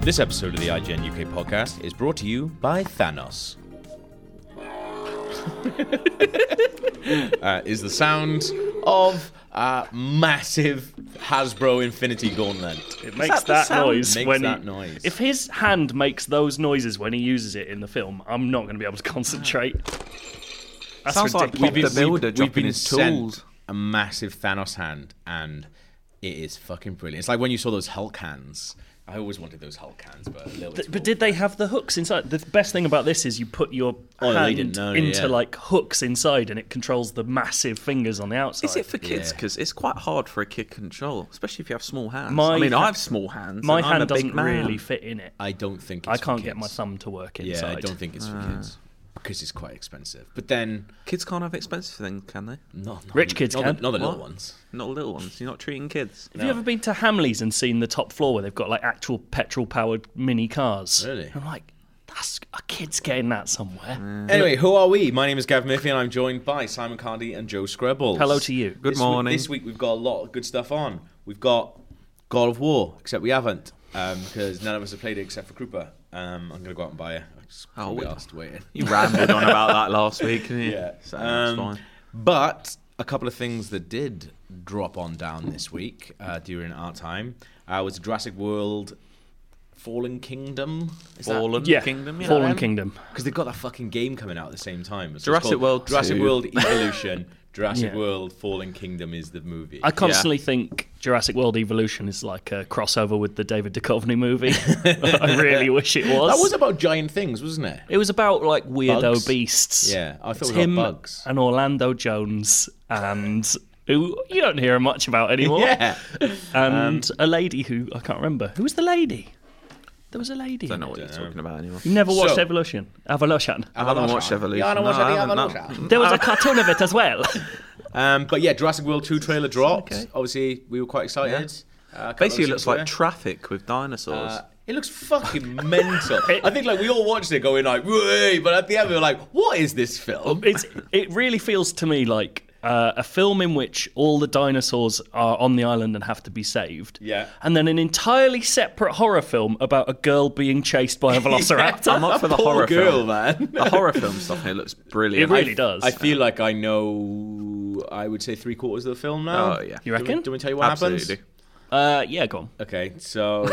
This episode of the IGN UK podcast is brought to you by Thanos. uh, is the sound of uh, massive Hasbro Infinity Gauntlet. It Is makes the that, sound? noise Makes when that he- noise. If his hand makes those noises when he uses it in the film, I'm not going to be able to concentrate. That's Sounds like ridiculous. Pop the Builder we've dropping been his sent tools. A massive Thanos hand, and it is fucking brilliant. It's like when you saw those Hulk hands. I always wanted those Hulk hands, but a little bit. Th- But did they have the hooks inside? The best thing about this is you put your Oh, they hand didn't know, into yeah. like hooks inside, and it controls the massive fingers on the outside. Is it for kids? Yeah. Because it's quite hard for a kid to control, especially if you have small hands. My I mean, ha- I have small hands. my and I'm hand a big doesn't man. really fit in it. I don't think it's I for can't get my kids. thumb to work Yeah, inside. I don't think it's Ah. for kids because it's quite expensive. But then, Kids can't have expensive things, can they? not, not Rich kids not can. the, not the little What? ones. Not little ones. You're not treating kids. Have you ever been to Hamleys and seen the top floor where they've got like actual petrol-powered mini cars? Really? I'm like, that's a kid's getting that somewhere. Anyway, who are we? My name is Gav Murphy, and I'm joined by Simon Cardy and Joe Scrabbles. Hello to you. Good This morning. Week, this week we've got a lot of good stuff on. We've got God of War, except we haven't um, because none of us have played it except for Krupa. Um, I'm gonna go out and buy it. I just Oh, oh, we we- asked waiting. You rambled on about that last week. didn't you? Yeah, So um, that's fine. But a couple of things that did drop on down this week uh, during our time uh, was Jurassic World. Fallen Kingdom, Is that- Fallen Yeah, Kingdom. Yeah. Fallen Um, Kingdom. Because they've got that fucking game coming out at the same time. So it's Jurassic called World Jurassic 2. World Evolution. Jurassic Yeah. World Fallen Kingdom is the movie. I constantly think Jurassic World Evolution is like a crossover with the David Duchovny movie. I really wish it was. that was about giant things, wasn't it? it was about like weirdo Bugs? beasts. Yeah, I thought It's it was him about bugs. and Orlando Jones and who you don't hear much about anymore. Yeah. And a lady who I can't remember. Who was the lady? There was a lady. I don't in know it. what you're talking about anymore. You never watched So- Evolution. Evolution. I haven't watched Evolution. Yeah, I haven't watched No, any I haven't, no. Evolution. There was a cartoon of it as well. Um, but yeah, Jurassic World 2 trailer dropped. Obviously, we were quite excited. Uh, a couple Basically, of it us looks were. like traffic with dinosaurs. Uh, it looks fucking mental. I think like we all watched it going like, "Whoa," but at the end we were like, what is this film? it's it really feels to me like uh, a film in which all the dinosaurs are on the island and have to be saved. Yeah. And then an entirely separate horror film about a girl being chased by a velociraptor. I'm up for the Poor horror girl, film. man. The horror film stuff here looks It brilliant. really does. I feel like I know. I would say three quarters of the film now. Oh, yeah. You reckon? Do we, do we tell you what Absolutely. happens? uh, yeah, go on. Okay, so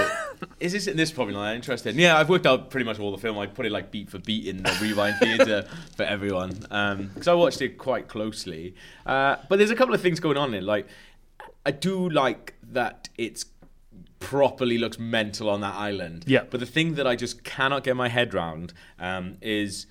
is this this is probably not that interesting? Yeah, I've worked out pretty much all the film. I put it like beat for beat in the Rewind Theatre for everyone because I watched it quite closely. Uh, but there's a couple of things going on in it. Like, I do like that it's properly looks mental on that island. Yeah. But the thing that I just cannot get my head round um, is.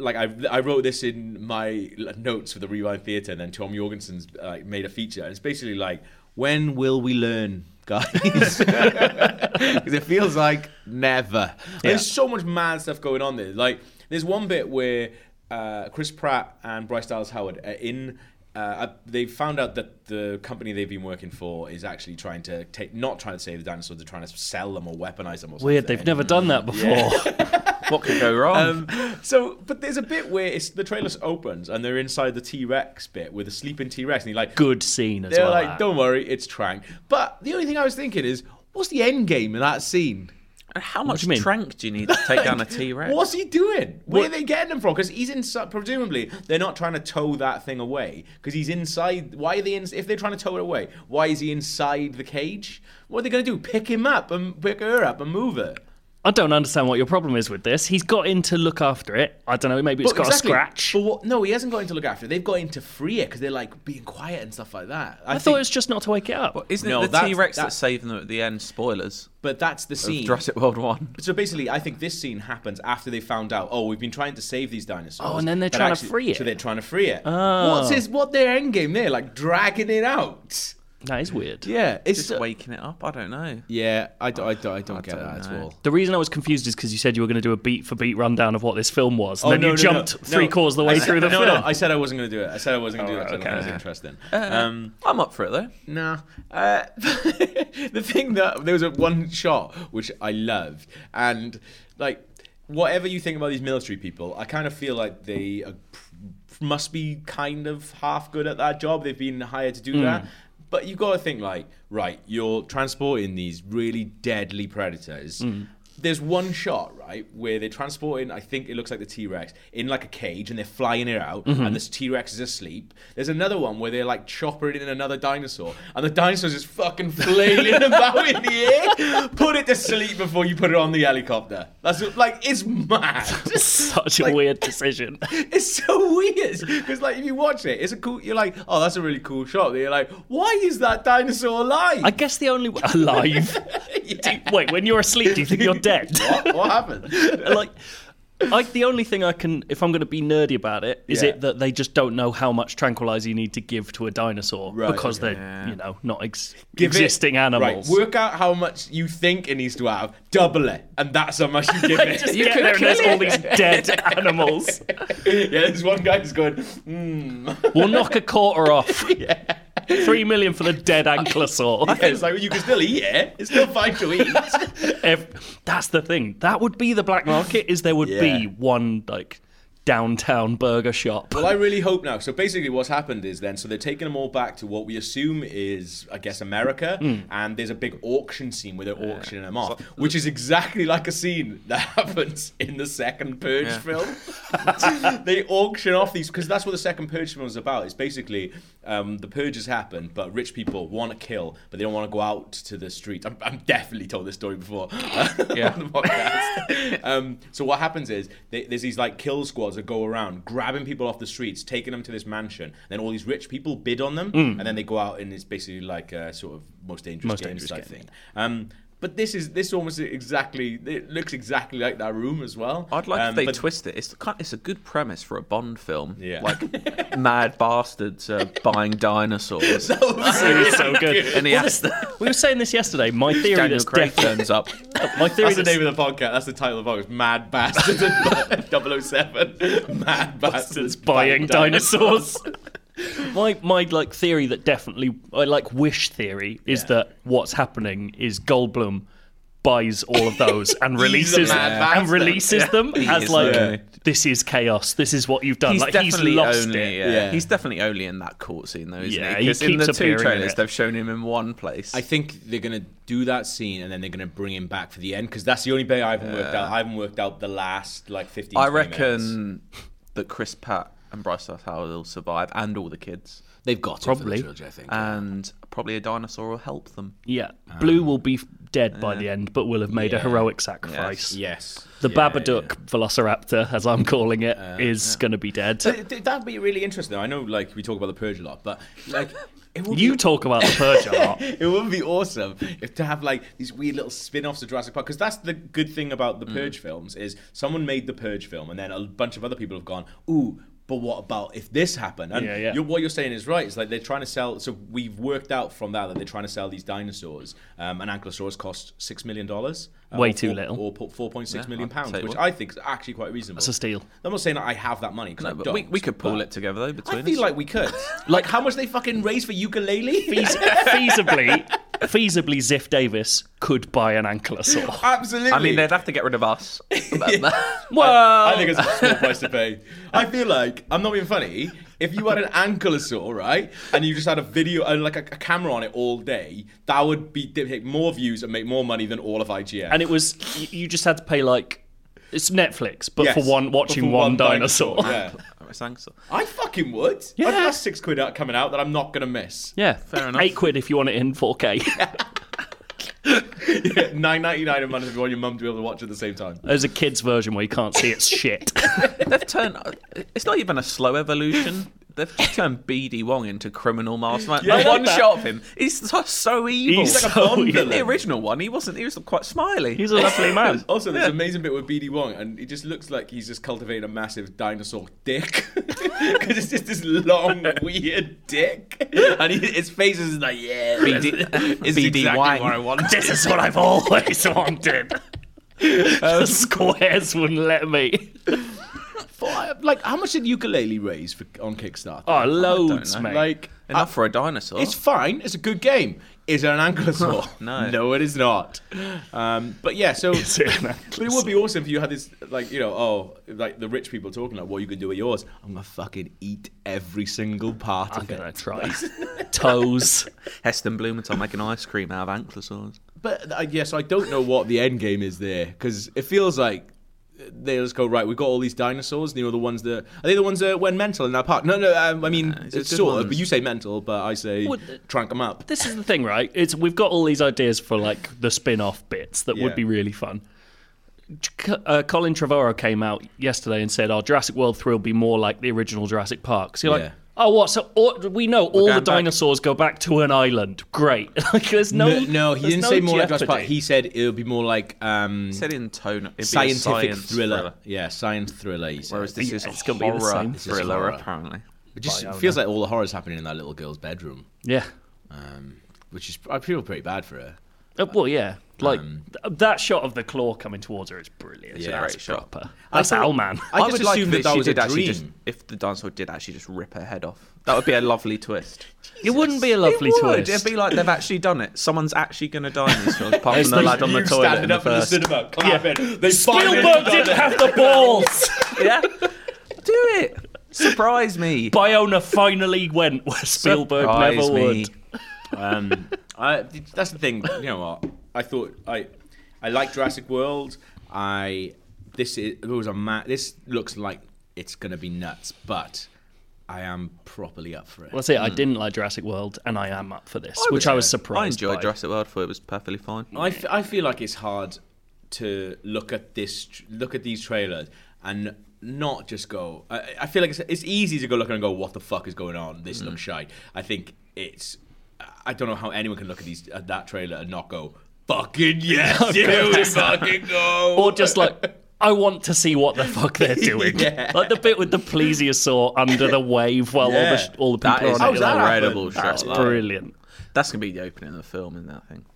Like I, I wrote this in my notes for the Rewind Theatre, and then Tom Jorgensen's uh, made a feature. And it's basically like, when will we learn, guys? because it feels like never. There's so much mad stuff going on there. Like there's one bit where uh, Chris Pratt and Bryce Dallas Howard are in uh, I- they found out that the company they've been working for is actually trying to take, not trying to save the dinosaurs, they're trying to sell them or weaponize them or something. Weird, they've never done that before. What could go wrong? So, but there's a bit where it's the trailer opens and they're inside the T Rex bit with a sleeping T Rex, and you're like, Good scene as They're well. like, that. don't worry, it's Trank. But the only thing I was thinking is, what's the end game in that scene? And How much you mean? trank do you need to take down a T Rex? What's he doing? Where are they getting him from? Because he's inside. Presumably, they're not trying to tow that thing away. Because he's inside. Why are they in? If they're trying to tow it away, why is he inside the cage? What are they going to do? Pick him up and pick her up and move her? I don't understand what your problem is with this. He's got in to look after it. I don't know. Maybe it's But got exactly- a scratch. But what, no, he hasn't got in to look after. it. They've got in to free it because they're like being quiet and stuff like that. I thought it was just not to wake it up. Isn't No, it the that's- T Rex that- that's saving them at the end? Spoilers. But that's the Of scene. Jurassic World 1. So basically, I think this scene happens after they found out. Oh, we've been trying to save these dinosaurs. Oh, and then they're but trying to free it. Oh. So they're trying to free it. What's his? What their end game there? Like dragging it out. that is weird. Yeah, it's Just waking it up? I don't know. Yeah, I, d- I d- I don't get don't that at know. all. The reason I was confused is because you said you were going to do a beat for beat rundown of what this film was, and Oh, then no, you no, jumped no, three no. quarters of the way I through said, the no, film. No, I said I wasn't going to do it. I said I wasn't going to do it. so That was interesting. um, Uh, I'm up for it though. No. Uh, the thing that there was a one shot which I loved, and like whatever you think about these military people, I kind of feel like they are, must be kind of half good at that job. They've been hired to do that. But you've got to think like, right, you're transporting these really deadly predators. There's one shot, right, where they're transporting, I think it looks like the T Rex, in like a cage and they're flying it out and this T Rex is asleep. There's another one where they're like choppering in another dinosaur and the dinosaur's just fucking flailing about in the air. Put it to sleep before you put it on the helicopter. That's like, it's mad. Such a weird decision. It's so weird because, like, if you watch it, it's a cool. You're like, oh, that's a really cool shot. Then You're like, why is that dinosaur alive? I guess the only alive. Yeah. Wait, when you're asleep, do you think you're dead? what, what happened? like, I, the only thing I can, if I'm going to be nerdy about it, is Yeah. it that they just don't know how much tranquilizer you need to give to a dinosaur Right, because okay. they're, you know, not ex- Give it- existing animals. Right, work out how much you think it needs to have, double it, and that's how much you give it. Just get there and there's all these dead animals. yeah, there's one guy who's going, hmm. We'll knock a quarter off. Three million for the dead ankylosaur. It's like, well, you can still eat it. It's still fine to eat. If, that's the thing. That would be the black market. Is there would Yeah. be one like downtown burger shop. Well, I really hope now. So basically, what's happened is then, so they're taking them all back to what we assume is, I guess, America, Hmm. and there's a big auction scene where they're auctioning them off, which is exactly like a scene that happens in the second Purge film. they auction off these because that's what the second Purge film is about. It's basically um, the purge has happened, but rich people want to kill, but they don't want to go out to the streets. I'm, I'm definitely told this story before on the podcast. um, so what happens is they, there's these like kill squads that go around grabbing people off the streets, taking them to this mansion. Then all these rich people bid on them, Mm. and then they go out and it's basically like a sort of most dangerous Most games Dangerous type Game, thing. Um, but this is this almost exactly it looks exactly like that room as well. I'd like um, if they but- twist it. It's kind it's a good premise for a Bond film. Yeah. Like mad bastards uh, buying dinosaurs. It's so good. and he has to, We were saying this yesterday. My theory Daniel that's Craig definitely turns up. my theory That's that's, the name of the podcast. That's the title of the podcast. Mad Bastards 007. Mad Bastards buying dinosaurs. my my like theory that definitely I like wish theory is Yeah. that what's happening is Goldblum buys all of those and releases mad bastard. and releases them as is, like yeah. this is chaos. This is what you've done. He's like he's definitely lost only, it. Yeah. Yeah. He's definitely only in that court scene though, isn't Yeah, he he? Because in keeps the two appearing in trailers it. they've shown him in one place. I think they're gonna do that scene and then they're gonna bring him back for the end because that's the only bit I haven't worked out. I haven't worked out the last like fifteen. I 20 minutes. reckon that Chris Pratt and Bryce Dallas Howard will survive, and all the kids, they've got Probably. it for the trilogy. I think. and probably a dinosaur will help them. Yeah, Blue will be f- dead by the end, but will have made a heroic sacrifice. yes. The Yeah, Babadook Velociraptor, as I'm calling it, is going to be dead. yeah. Th- th- That'd be really interesting. though. I know, like we talk about the purge a lot, but like it would You be- talk about the purge a lot. it would be awesome if to have like these weird little spin-offs of Jurassic Park because that's the Mm. good thing about the Purge films is someone made the Purge film and then a bunch of other people have gone, ooh, but what about if this happened? And Yeah, yeah. You're, what you're saying is right. It's like they're trying to sell. So we've worked out from that that they're trying to sell these dinosaurs. Um, an ankylosaurus cost six million dollars. uh, Way too little. Or po- four point six Yeah, million I'd say pounds, which what- I think is actually quite reasonable. That's a steal. I'm not saying that I have that money because No, but we, we could pull it together though between I feel us. like we could. like how much they fucking raised for ukulele? Feas- feasibly, feasibly, Ziff Davis could buy an ankylosaur. Absolutely. I mean, they'd have to get rid of us. Well, I think it's a small price to pay. I feel like I'm not being funny. If you had an ankylosaur, right, and you just had a video and like a, a camera on it all day, that would be hit more views and make more money than all of IGN. and it was y- you just had to pay like it's Netflix, but Yes, for one but watching for one, dinosaur. Yeah. Oh, it's Anxel. I fucking would. Yeah. I'd that's six quid out coming out that I'm not gonna miss. Yeah, Fair enough. Eight quid if you want it in 4K. Nine ninety nine a month if you want your mum to be able to watch at the same time. There's a kids version where you can't see it's shit. They've turned. uh, It's not even a slow evolution. They've just turned BD Wong into criminal mastermind. Yeah, I the like one that. shot of him, he's so, so evil. He's He's like so a Bond evil. villain. The original one, he wasn't. He was quite smiley. He's a lovely man. Also, there's an amazing bit with BD Wong, and it just looks like he's just cultivating a massive dinosaur dick. Because it's just this long, weird dick. And he, his face is like, yeah, BD it's BD exactly Wang. what I want. This is what I've always wanted. the squares wouldn't let me. But, like, how much did ukulele raise for, on Kickstarter? Oh, loads, know. mate. like, uh, Enough for a dinosaur. It's fine. It's a good game. Is it an ankylosaur? No. No, it is not. Um, but yeah, so. Is it an But it would be awesome if you had this, like, you know, oh, like the rich people talking about what you can do with yours. I'm going to fucking eat every single part I'm of it. gonna try toes. Heston Blumenthal making ice cream out of ankylosaurs. But I guess I don't know what the end game is there because it feels like they just go right. We've got all these dinosaurs. You know the ones that are they the ones that went mental in that park? No, no. Um, I mean, it's it's good sort of. ones. But you say mental, but I say Well, the- trank them up. This is the thing, right? It's we've got all these ideas for like the spin-off bits that Yeah. would be really fun. Ch- Uh, Colin Trevorrow came out yesterday and said, "Our Jurassic World three will be more like the original Jurassic Park." So you're Yeah. like, "Oh, what? So all, we know all the going back. dinosaurs go back to an island. Great! like, there's no, no, no, he there's didn't no say more like Jurassic jeopardy. Park. He said it would be more like um, He said in tone, it'd be a scientific science thriller. Yeah, science thriller. He said. Whereas this Yeah, is it's it's gonna horror be the same. This is thriller, horror. apparently. it just feels like all the horror's happening in that little girl's bedroom, yeah, um, which is I feel pretty bad for her. Uh, well, yeah, like Um, th- that shot of the claw coming towards her is brilliant. Yeah, that's great shot. proper. That's thought- Owlman. I just assumed that if that she was a did actually dream. Just, if the dinosaur did actually just rip her head off, that would be a lovely twist. It wouldn't be a lovely it would. twist. It'd be like they've actually done it. Someone's actually going to die in this film, apart It's from the the- lad on the You toilet. standing In the up in the first. cinema, clapping. They Spielberg didn't have the balls. yeah, do it. Surprise me. Biona finally went where Spielberg Surprise never me. would. Um, I, that's the thing. You know what? I thought I, I like Jurassic World. I this is it was a ma- This looks like it's gonna be nuts, but I am properly up for it. Well, that's it. I didn't like Jurassic World, and I am up for this, which I was surprised. Hmm. I enjoyed by. Jurassic World for it was perfectly fine. I, f- I feel like it's hard to look at this tr- look at these trailers and not just go I, I feel like it's, it's easy to go look and go what the fuck is going on this looks Mm. shite I think it's I don't know how anyone can look at these at that trailer and not go fucking yes dude fucking go Or just like, I want to see what the fuck they're doing. Yeah. Like the bit with the plesiosaur under the wave while all the Yeah. sh- all the That people is are How's on it. an that like, happen? incredible that's shot. that. brilliant. That's going to be the opening of the film, isn't that thing?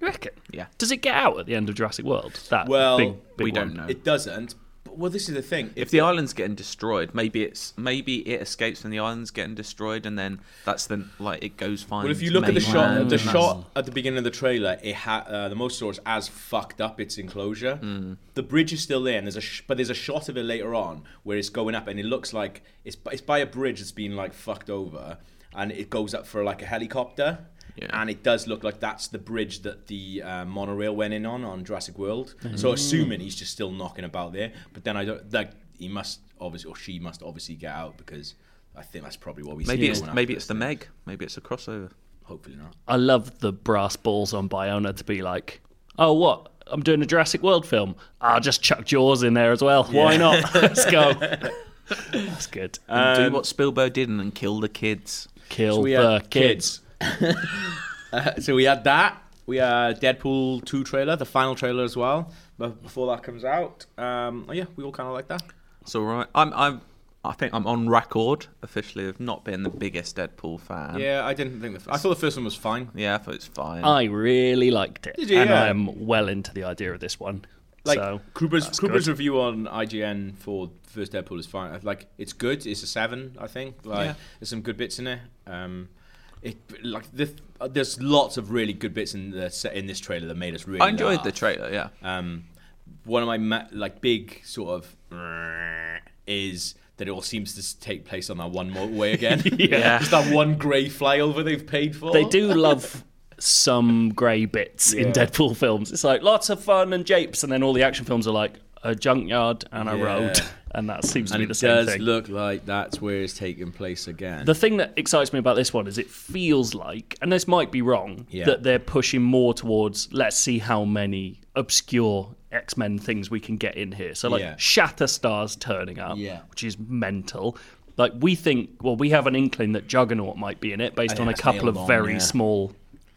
You reckon? Yeah. Does it get out at the end of Jurassic World? That Well, big, big we don't one? know. it doesn't but, well this is the thing If the island's getting destroyed, maybe it's maybe it escapes from the island's getting destroyed, and then that's the like it goes fine. Well, if you look at the shot, the shot at the beginning of the trailer, it ha- uh, the Mosasaur's as fucked up its enclosure. Hmm. The bridge is still there, and there's a sh- but there's a shot of it later on where it's going up, and it looks like it's b- it's by a bridge that's been like fucked over, and it goes up for like a helicopter. Yeah. And it does look like that's the bridge that the uh, monorail went in on on Jurassic World. Mm-hmm. So assuming he's just still knocking about there, but then I don't like he must obviously or she must obviously get out because I think that's probably what we see maybe it's going after maybe it's this the thing. Meg, maybe it's a crossover. Hopefully not. I love the brass balls on Biona to be like, oh, what? I'm doing a Jurassic World film. I'll just chuck Jaws in there as well. Why not? Let's go. That's good. Do what Spielberg did and then kill the kids. Kill So we the had kids. Uh, so we had that. We had Deadpool 2 trailer, the final trailer as oh well. But before that comes out, um, yeah, we all kind of like that. It's all right. I'm I'm I think I'm on record officially of not being the biggest Deadpool fan. Yeah, I didn't think the. F- I thought the first one was fine. Yeah, I thought it's fine. I really liked it, Did you? and Yeah. I'm well into the idea of this one. Like so Kruber's that's Kruber's good. review on IGN for first Deadpool is fine. Like it's good. It's a seven, I think. Like Yeah. there's some good bits in it. Um, it like the, uh, there's lots of really good bits in the se- in this trailer that made us really. I enjoyed laugh. the trailer. Yeah, Um, one of my ma- like big sort of is that it all seems to s- take place on that one motorway again. Yeah. just that one grey flyover they've paid for. they do love some grey bits in Yeah. Deadpool films. It's like lots of fun and japes, and then all the action films are like a junkyard and a Yeah. road, and that seems to And be it the same does thing. look like that's where it's taking place again. the thing that excites me about this one is it feels like, and this might be wrong, Yeah. that they're pushing more towards let's see how many obscure X Men things we can get in here. So like Yeah. Shatterstar's turning up, Yeah. which is mental. Like we think, well, we have an inkling that Juggernaut might be in it based think on a that's couple nailed of on, very yeah. small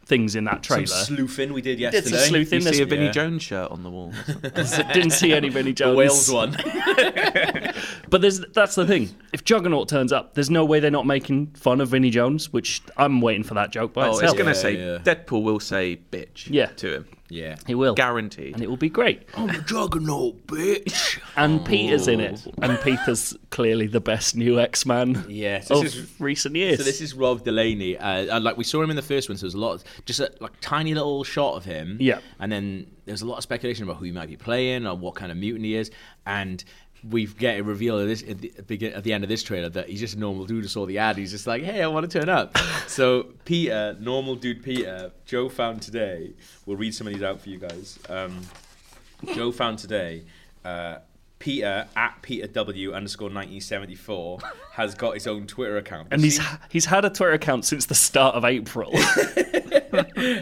things in that Some trailer. sleuthing we did Did yesterday. some sleuthing. you see a There's- Vinnie Yeah. Jones shirt on the wall. or something. Didn't see any Vinnie Jones. Wales one. But there's, that's the thing. If Juggernaut turns up, there's no way they're not making fun of Vinnie Jones, which I'm waiting for that joke by oh, it's itself. gonna Yeah, say yeah. Deadpool will say bitch. Yeah. to him, yeah. He will. guaranteed. and it will be great. I'm a juggernaut, bitch. Oh. And Peter's in it. And Peter's clearly the best new X Man Yeah, so of this is- recent years. So this is Rob Delaney, uh, and like we saw him in the first one. So there's a lot, of, just a like tiny little shot of him. Yeah. And then there's a lot of speculation about who he might be playing or what kind of mutant he is, and we get a reveal of this at the, begin- at the end of this trailer that he's just a normal dude who saw the ad. He's just like, hey, I want to turn up. so Peter, normal dude Peter, Joe found today. We'll read some of these out for you guys. Um, Joe found today. Uh, Peter at Peter W underscore 1974 has got his own Twitter account. and he's Seen- he's had a Twitter account since the start of April.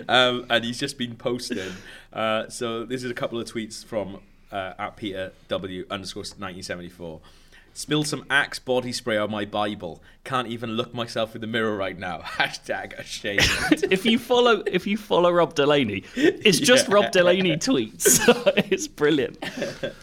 um, and he's just been posting. Uh, so this is a couple of tweets from uh, at Peter W underscore 1974. Spilled some Axe body spray on my Bible. Can't even look myself in the mirror right now. Hashtag ashamed. if you follow if you follow Rob Delaney, it's just Rob Delaney tweets. it's brilliant.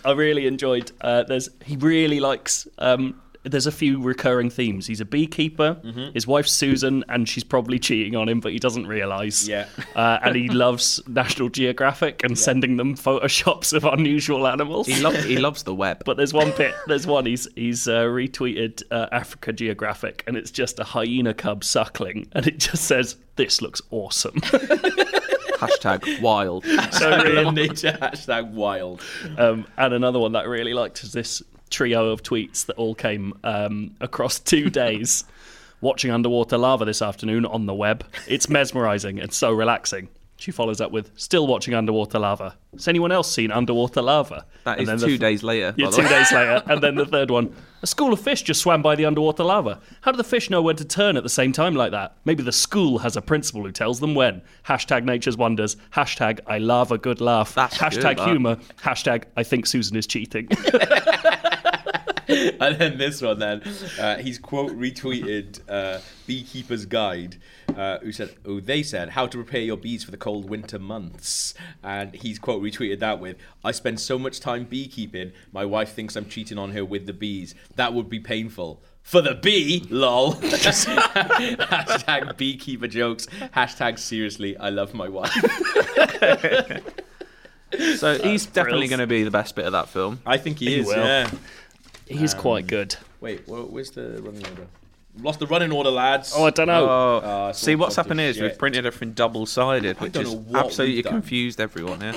I really enjoyed. Uh, there's he really likes. Um, there's a few recurring themes. He's a beekeeper. Mm-hmm. His wife's Susan, and she's probably cheating on him, but he doesn't realise. Yeah. Uh, and he loves National Geographic and sending them photoshops of unusual animals. he, lo- he loves the web. But there's one bit. There's one. He's he's uh, retweeted uh, Africa Geographic, and it's just a hyena cub suckling, and it just says, "This looks awesome." Hashtag wild. so Real really, nature hashtag wild. um, and another one that I really liked is this trio of tweets that all came um, across two days. Watching underwater lava this afternoon on the web. It's mesmerizing and so relaxing. She follows up with, "Still watching underwater lava." Has anyone else seen underwater lava? That And is then the two th- days later. Yeah, by the two way. days later, and then the third one. A school of fish just swam by the underwater lava. How do the fish know when to turn at the same time like that? Maybe the school has a principal who tells them when. Hashtag nature's wonders. Hashtag I love a good laugh. That's hashtag good, that. humour. Hashtag I think Susan is cheating. and then this one then uh, he's quote retweeted uh, beekeeper's guide uh, who said oh they said how to prepare your bees for the cold winter months and he's quote retweeted that with i spend so much time beekeeping my wife thinks i'm cheating on her with the bees that would be painful for the bee, lol. hashtag beekeeper jokes. Hashtag seriously, I love my wife. So he's definitely thrills. going to be the best bit of that film. I think he, is. will. Yeah. Um, He's quite good. Wait, where, where's the running order? Lost the running order, lads. Oh, I don't know. Oh, Oh, it's see all what's chopped happened up is we've shit. printed everything double sided, which don't is know what absolutely we've done. confused everyone here.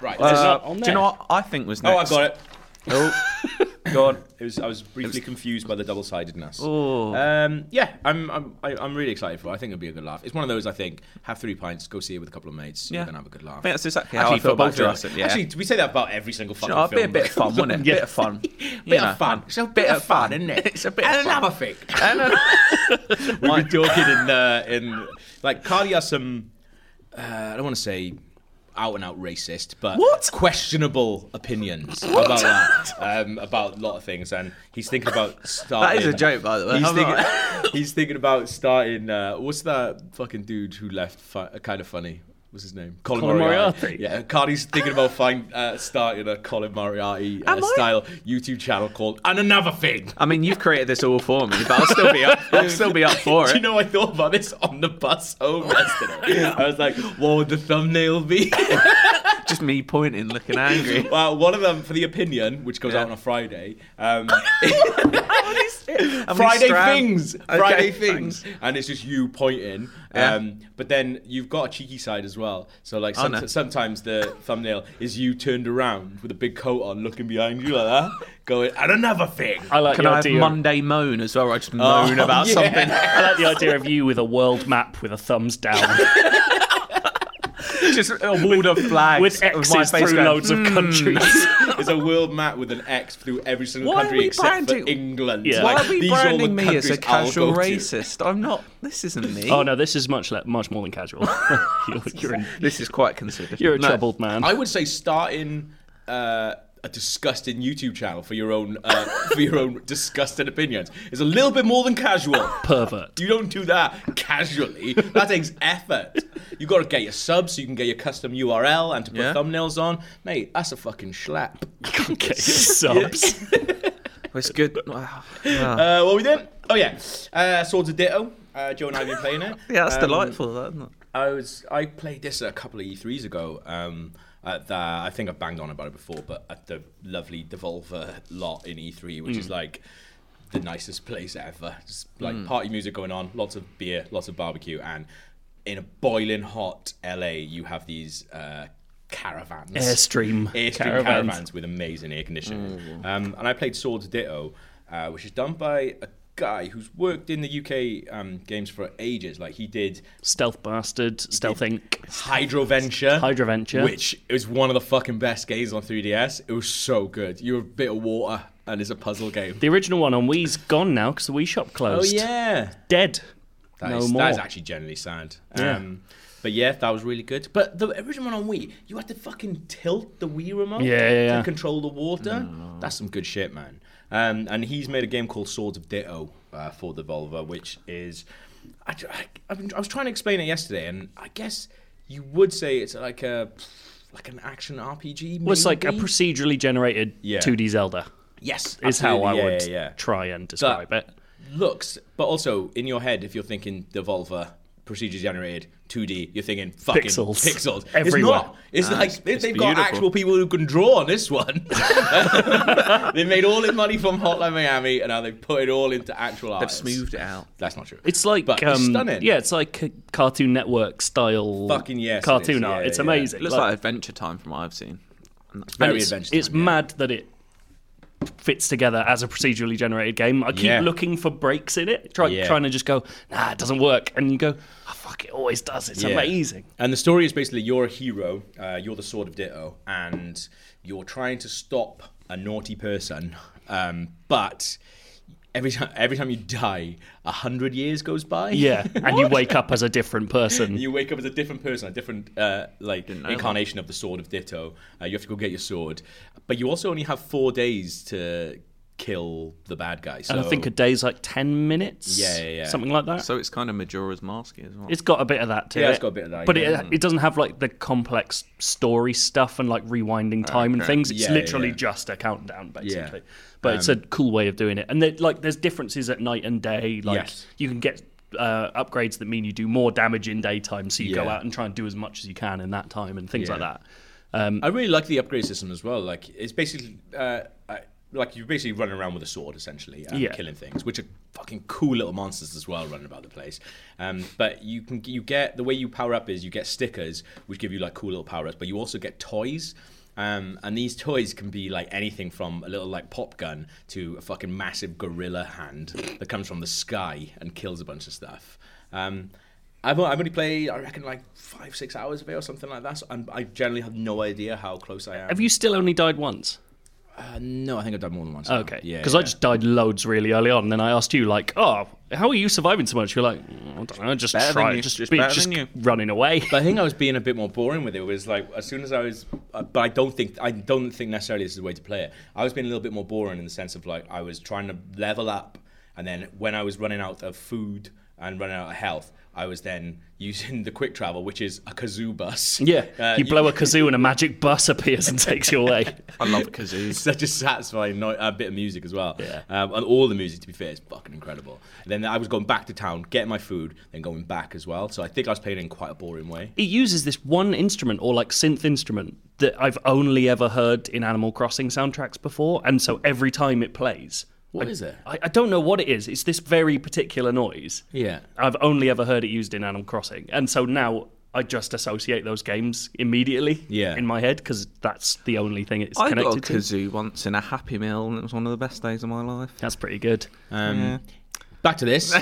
right. It's Uh, not on do there. you know what I think was oh, next? I've got it. Oh, go on. It was, I was briefly confused by the double-sidedness. Oh. Um, yeah, I'm, I'm, I- I'm really excited for it. I think it'll be a good laugh. It's one of those, I think, have three pints, go see it with a couple of mates, Yeah. you're going to have a good laugh. I think that's exactly how Actually, I feel for about both of us. Jurassic. Yeah. Actually, we say that about every single fucking you know, it'd film. be a bit of fun, wouldn't it? Yeah. Bit of fun. Bit of fun. It's a bit of fun, isn't it? It's a bit and of fun. another thing. We've been talking in, uh, in like, Carly has some, uh, I don't want to say out and out racist, but What? questionable opinions about that, um, about a lot of things. And he's thinking about That starting. is a joke, by the way. He's I'm thinking, not- he's thinking about starting. Uh, what's that fucking dude who left? Fu- kind of funny. was his name? Colin, Colin Moriarty. Moriarty. Yeah, Cardi's thinking about find, uh, starting a Colin Moriarty uh, Am I? style YouTube channel called And Another Thing. I mean, you've created this all for me, but I'll still be up. I'll still be up for Do you it. know I thought about this on the bus home yesterday? I was like, what would the thumbnail be? Just me pointing, looking angry. well, one of them for the opinion, which goes Yeah. out on a Friday. Um, I'm Friday Instagram. things, Okay, Friday thanks. things, and it's just you pointing. Yeah. Um, but then you've got a cheeky side as well. So like Oh, some, no. sometimes the thumbnail is you turned around with a big coat on, looking behind you like that, going and another thing. I like Can the I have idea. Monday moan as well? Where I just moan about Oh, yeah. something. I like the idea of you with a world map with a thumbs down, Just a wall of flags with X's through loads "Hmm, of countries. There's a world map with an X through every single Why are country we except for branding- England. Yeah. Why Like, are we these all the branding me as countries a I'll casual go to. racist? I'm not. This isn't me. Oh no, this is much le- much more than casual. you're, you're, in, This is quite considered. you're a No. troubled man. I would say starting uh, a disgusting YouTube channel for your own uh, for your own disgusting opinions is a little bit more than casual. Pervert. You don't do that casually. That takes effort. You got to get your subs so you can get your custom URL and to put Yeah. thumbnails on. Mate, that's a fucking schlep. Okay, subs. Well, It's good. Wow. Uh, what we doing? Oh yeah, uh, Swords of Ditto. Uh, Joe and I have been playing it. Yeah, that's Um, delightful. That, isn't it? I was I played this a couple of E3s ago. Um, at the, I think I've banged on about it before, but at the lovely Devolver lot in E3, which Mm. is like the nicest place ever. Just like party music going on, lots of beer, lots of barbecue, and in a boiling hot LA, you have these uh, caravans, Airstream Airstream caravans. Mm. caravans. with amazing air conditioning. Um, and I played Swords Ditto, uh, which is done by a guy who's worked in the UK um, games for ages. Like he did Stealth bastard. Stealth Inc. Hydroventure. Hydroventure. Which was one of the fucking best games on 3DS. It was so good. You're a bit of water and it's a puzzle game. The original one on Wii's gone now because the Wii shop Oh, closed. yeah. Dead. That no is- more. that is actually generally sad. Yeah. Um, but yeah, that was really good. But the original one on Wii, you had to fucking tilt the Wii remote Yeah, yeah, to yeah. control the water. That's some good shit, man. Um, and he's made a game called Swords of Ditto uh, for Devolver, which is. I, tr- I, I've been- I was trying to explain it yesterday, and I guess you would say it's like a like an action RPG. Well, it's like a maybe? procedurally generated Yeah. 2D Zelda. yes, Is how I absolutely, yeah, would yeah, yeah. try and describe That- it. looks, but also in your head, if you're thinking Devolver, procedure generated, 2D, you're thinking fucking Pixels. pixels. Everywhere. It's not. It's like they- they've got beautiful. actual people who can draw on this one. they made all their money from Hotline Miami, and now they've put it all into actual art. They've smoothed it out. That's not true. It's like But um, it's stunning. Yeah, it's like a Cartoon Network style Fucking yes, it is. cartoon Yeah, art. it's yeah, yeah. amazing. It looks like Adventure Time from what I've seen. and very it's, adventurous. it's mad that it fits together as a procedurally generated game. I keep Yeah. looking for breaks in it, try, Yeah. trying to just go, nah, it doesn't work. And you go, oh, fuck, it always does. It's Yeah. amazing. And the story is basically you're a hero, uh, you're the Sword of Ditto, and you're trying to stop a naughty person. Um, but every time, every time you die, a hundred years goes by. Yeah, and you wake up as a different person. You wake up as a different person, a different uh, like know that. incarnation of the Sword of Ditto. Uh, you have to go get your sword, but you also only have four days to kill the bad guy. So and I think a day's like 10 minutes. Yeah, yeah, yeah. Something like that. So it's kind of Majora's Mask as well. it's got a bit of that to Yeah, it. it's got a bit of that, But yeah. it, it doesn't have like the complex story stuff and like rewinding time and things. It's Yeah, yeah, literally yeah. Um, just a countdown, basically. But it's a cool way of doing it. And there, like, there's differences at night and day. Like, Yes. you can get uh, upgrades that mean you do more damage in daytime, so you go Yeah. out and try and do as much as you can in that time and things like Yeah. that. I really like the upgrade system as well. Like it's basically uh, I, like you're basically running around with a sword essentially, um, Yeah. killing things, which are fucking cool little monsters as well, running about the place. Um, but you can you get the way you power up is you get stickers, which give you like cool little power ups, but you also get toys. Um, and these toys can be like anything from a little like pop gun to a fucking massive gorilla hand that comes from the sky and kills a bunch of stuff. Um, I've, I've only played, I reckon, like five, six hours of it or something like that. So I'm, I generally have no idea how close I am. Have you still only died once? Uh, no, I think I've done more than once. now. Okay. Yeah. Because yeah. I just died loads really early on, and then I asked you like, "Oh, how are you surviving so much?" You're like, "Mm, "I don't know, just Better than try, you, just just be, better just than you." running away." But I think I was being a bit more boring with it. It was like as soon as I was, uh, but I don't think I don't think necessarily this is the way to play it. I was being a little bit more boring in the sense of like I was trying to level up, and then when I was running out of food and running out of health, I was then using the quick travel, which is a kazoo bus. Yeah, Uh, you blow a kazoo and a magic bus appears and takes you away. I love kazoos. such a satisfying no- uh, bit of music as well. Yeah. Um, and all the music, to be fair, is fucking incredible. And then I was going back to town, getting my food, then going back as well. So I think I was playing in quite a boring way. He uses this one instrument or like synth instrument that I've only ever heard in Animal Crossing soundtracks before, and so every time it plays, What I, is it? I, I don't know what it is. It's this very particular noise. Yeah. I've only ever heard it used in Animal Crossing, and so now I just associate those games immediately. Yeah. in my head because that's the only thing it's I got a connected to. kazoo once in a Happy Meal, and it was one of the best days of my life. That's pretty good. Um, Back to this.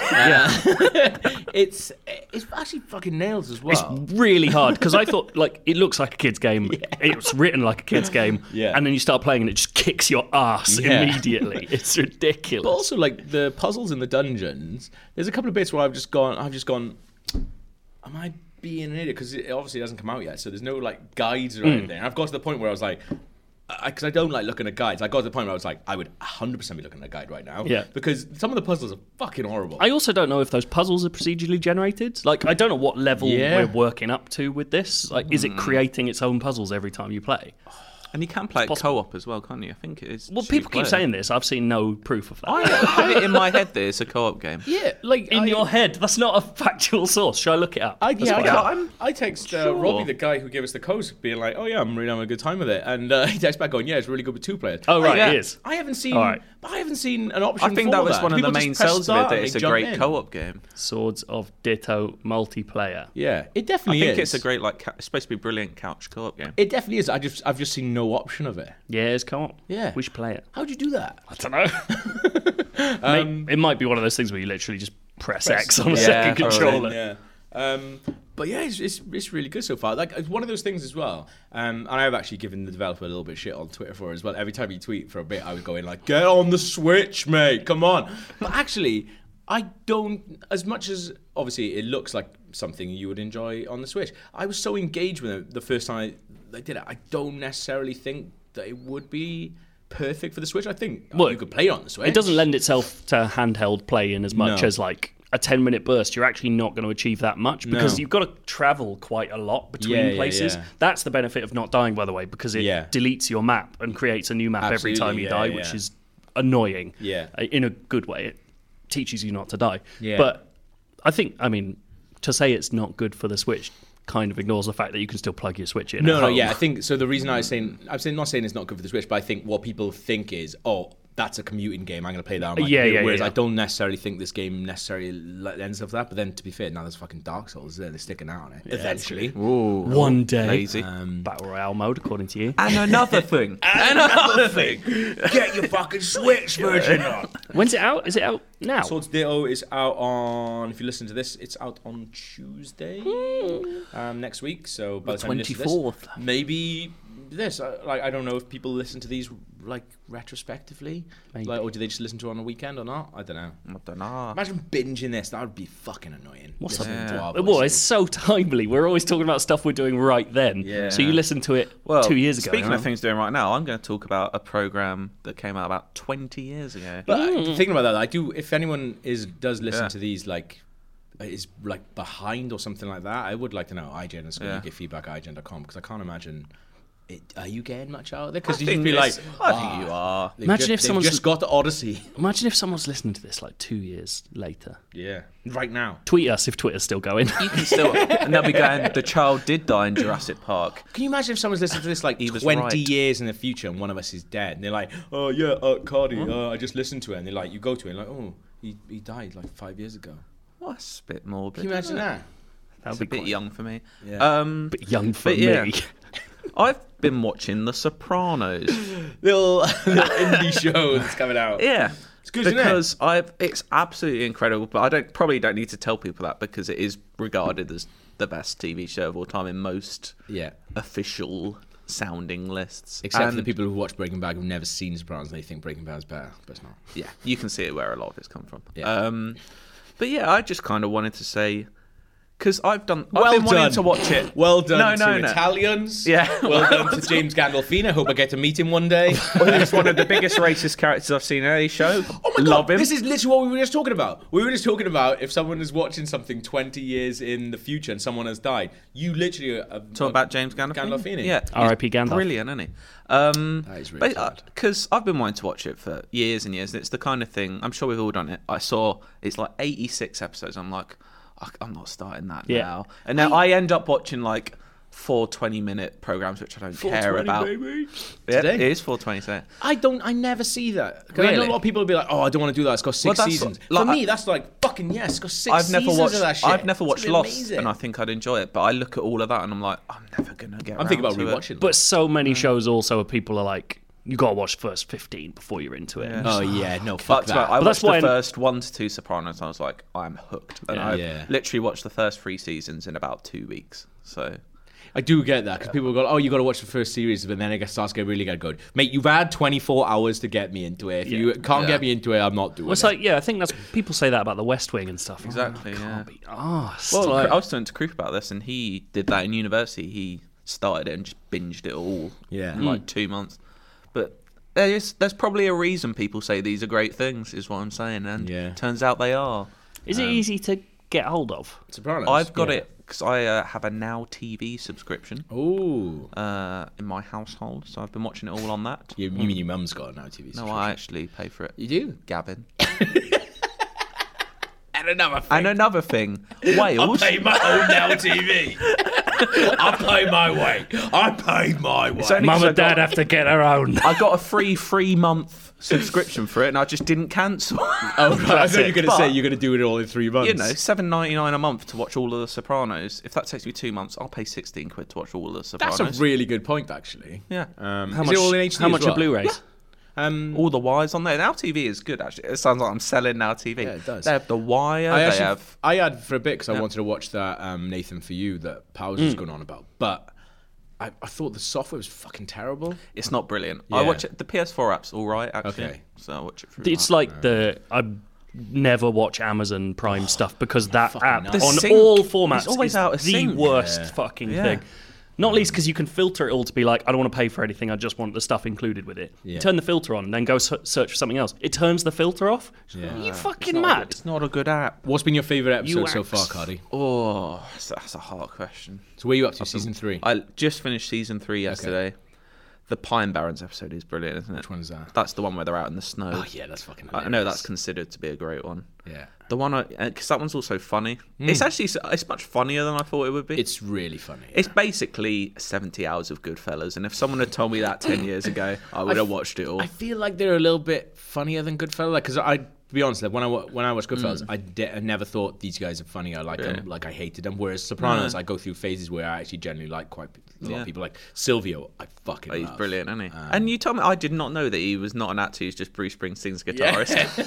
Uh, it's it's actually fucking nails as well. It's really hard because I thought like it looks like a kid's game. It was written like a kid's game, Yeah. and then you start playing and it just kicks your ass Yeah. immediately. It's ridiculous. But also, like the puzzles in the dungeons, there's a couple of bits where I've just gone, I've just gone, am I being an idiot? Because it obviously hasn't come out yet, so there's no like guides or anything. And I've got to the point where I was like, because I, don't like looking at guides. I got to the point where I was like, I would 100% be looking at a guide right now. Yeah. Because some of the puzzles are fucking horrible. I also don't know if those puzzles are procedurally generated. Like, I don't know what level Yeah. Hmm. we're working up to with this. Like, is it creating its own puzzles every time you play? Oh, And you can play it possible. co-op as well, can't you? I think it is. Well, two people keep player. saying this. I've seen no proof of that. I have it in my head that it's a co-op game. yeah, like In I, your head, that's not a factual source. Shall I look it up? I, That's yeah, quite- I, I'm I text uh, sure. Robbie, the guy who gave us the codes, being like, "Oh yeah, I'm really having a good time with it," and uh, he texts back going, "Yeah, it's really good with two players." Oh right, yeah. it is. I haven't seen. All right. I haven't seen an option. I think for that was one of the People just main press sells of start it. That and it's they a jump great in. co-op game. Swords of Ditto multiplayer. Yeah, it I definitely think is. it's a great like ca- it's supposed to be a brilliant couch co-op game. It definitely is. I just I've just seen no option of it. Yeah, it's co-op. Yeah. we should play it. How'd you do that? I don't know. May- it might be one of those things where you literally just press, X on a yeah, second probably. controller. Yeah. Um, but yeah, it's, it's it's really good so far. Like it's one of those things as well. Um, and I've actually given the developer a little bit of shit on Twitter for it as well. Every time you tweet for a bit, I would go in like, "Get on the Switch, mate! Come on!" But actually, I don't. As much as obviously it looks like something you would enjoy on the Switch, I was so engaged with it the first time I, I did it. I don't necessarily think that it would be perfect for the Switch. I think oh, Well, you could play it on the Switch. It doesn't lend itself to handheld play in as much No. as like a 10 minute burst. You're actually not going to achieve that much because No. you've got to travel quite a lot between Yeah, yeah, places. yeah. That's the benefit of not dying, by the way, because it Yeah. deletes your map and creates a new map every Absolutely, time you yeah, die, yeah, which yeah. is annoying. Yeah. Uh, In a good way, it teaches you not to die. Yeah. But I think, I mean, to say it's not good for the Switch kind of ignores the fact that you can still plug your Switch in. No, at no, home. yeah. I think so. The reason I was saying, I'm saying, not saying it's not good for the Switch, but I think what people think is, oh, that's a commuting game. I'm going to play that on my Yeah, computer. yeah, Whereas yeah. I don't necessarily think this game necessarily le- lends itself to that. But then, to be fair, now there's fucking Dark Souls. There. They're sticking out on it eventually. One day. Lazy. Battle Royale mode, according to you. and another thing. Another thing, get your fucking Switch version on. When's it out? Is it out now? Swords Ditto is out on. If you listen to this, it's out on Tuesday um, next week. So by the, time you listen to this, 24th. maybe this. I, like I don't know if people listen to these like retrospectively, like or do they just listen to it on a weekend or not? I don't know. I don't know. Imagine binging this. That would be fucking annoying. What's up? Yeah. It was it's so timely. We're always talking about stuff we're doing right then. Yeah. So you listened to it Well, two years ago. Speaking huh? of things doing right now, I'm going to talk about a program that came out about 20 years ago. But Hmm. uh, thinking about that, I do. If anyone is does listen Yeah. to these, like is like behind or something like that, I would like to know IGN and yeah. Yeah. get feedback at IGN.com because I can't imagine. It, are you getting much out of there? Because I you'd just think be like, it's- I think you are. they've Imagine ju- if they've someone's- just got the Odyssey. Imagine if someone's listening to this like two years later. Yeah, right now. Tweet us if Twitter's still going. You can still, and they'll be going. The child did die in Jurassic Park. Can you imagine if someone's listening to this like He was 20 right. years in the future and one of us is dead and they're like, oh yeah, uh, Cardi, uh, I just listened to it. And they're like, you go to it and like, oh, he, he died like five years ago. That's a bit morbid. Can you imagine that? That'd It's be a bit quite young for me. Yeah. Um, bit young for But yeah. me. I've been watching The Sopranos. Little, little indie show that's coming out. Yeah. It's good, isn't it? because I've it's absolutely incredible, but I don't probably don't need to tell people that because it is regarded as the best TV show of all time in most Yeah. official sounding lists. Except for the And- people who watch Breaking Bad who've never seen Sopranos and they think Breaking Bad's better, but it's not. yeah, you can see it where a lot of it's come from. Yeah. Um, but yeah, I just kind of wanted to say, because I've done. Well I've been done. wanting to watch it. Well done No, no, to no. Italians. Yeah. Well done to James Gandolfini. I hope I get to meet him one day. He's one of the biggest racist characters I've seen in any show. Oh my Love god! him. This is literally what we were just talking about. We were just talking about if someone is watching something 20 years in the future and someone has died. You literally are, uh, Talking about James Gandolfini. Gandolfini. Yeah. R.I.P. he's Gandalf. Brilliant, isn't he? Um, That is really sad. Because I've been wanting to watch it for years and years, and it's the kind of thing, I'm sure we've all done it. I saw, it's like 86 episodes. I'm like, "I- I'm not starting that Yeah. now. And now I end up watching like four 20 minute programs, which I don't care about. Yeah, Today. it is 420 today. I don't. I never see that. 'Cause I know Really? a lot of people will be like, "Oh, I don't want to do that. It's got Well, six that's seasons." what- like, For me, I- that's like fucking yes. It's got six I've never seasons watched. of that shit. I've never It's watched gonna be Lost, amazing. and I think I'd enjoy it. But I look at all of that, and I'm like, I'm never gonna get. I'm thinking round about to rewatching. But so many shows also are people are like, you gotta watch the first fifteen before you're into it. And oh yeah, no fuck But that. I But that's watched the why I'm- first one to two Sopranos, and I was like, I'm hooked. And I Yeah. literally watched the first three seasons in about two weeks. So I do get that because people go, "Oh, you got to watch the first series," but then it gets- starts getting really get good. Mate, you've had 24 hours to get me into it. If you can't get me into it, I'm not doing Well, it's it. like, yeah, I think that's people say that about the West Wing and stuff. Exactly, Oh, I yeah. can't be arsed. well, I was talking to Croup about this, and he did that in university. He started it and just binged it all. Yeah. Hmm. in like two months. But there is, there's probably a reason people say these are great things, is what I'm saying. And Yeah. turns out they are. Is um, it easy to get hold of? Sopranos. I've got Yeah. it because I uh, have a Now TV subscription Ooh, uh, in my household, so I've been watching it all on that. you, you mean your mum's got an now TV? No, I actually pay for it. You do. Gavin. And another thing. And another thing, Wales. my own now TV. I pay my way. I pay my way. only 'cause I got- to get her own. I got a free three month subscription for it, and I just didn't cancel. Oh, right. I thought you were going to But- say you're going to do it all in three months. you know, seven ninety nine a month to watch all of the Sopranos. If that takes me two months, I'll pay sixteen quid to watch all of the Sopranos. that's a really good point, actually. yeah. Um, How is much, it all in HD how as much well? are Blu-rays? Um, all the wires on there. Now TV is good actually. It sounds like I'm selling Now TV. Yeah, it does. They have the wire. I they actually, have. I had for a bit because I wanted to watch that um, Nathan for you that Powers was going on about, but I, I thought the software was fucking terrible. It's not brilliant. I Yeah. watch it. The PS4 app's all right actually. Okay. So I watch it. Through It's that. like the I never watch Amazon Prime stuff because that app The on sync all formats is always is out the of sync. worst fucking Yeah. thing. Not least because you can filter it all to be like, I don't want to pay for anything. I just want the stuff included with it. You Yeah. turn the filter on, and then go se- search for something else. It turns the filter off. Yeah. Are Yeah. you It's fucking not a good- mad? It's not a good app. What's been your favourite episode You so axe. far, Cardi? Oh, that's, that's a hard question. So where are you up to? Season three. I just finished season three yesterday. The Pine Barrens episode is brilliant, isn't it? Which one is that? That's the one where they're out in the snow. oh yeah, that's fucking. I Hilarious. know that's considered to be a great one. Yeah, Hmm. The one I because that one's also funny. It's actually s- it's much funnier than I thought it would be. it's really funny. It's basically seventy hours of Goodfellas, and if someone had told me that ten years ago, I would have watched it all. I feel like they're a little bit funnier than Goodfellas. Because I, to be honest, like when I wa- when I watched Goodfellas, I, de- I never thought these guys are funny. I like them, like I hated them. Whereas Sopranos, I go through phases where I actually generally like quite a lot Yeah. Oh, of people. Like Silvio, I fucking. He's love. Um, brilliant, isn't he? and you tell me, I did not know that he was not an actor; he's just Bruce Springsteen's guitarist.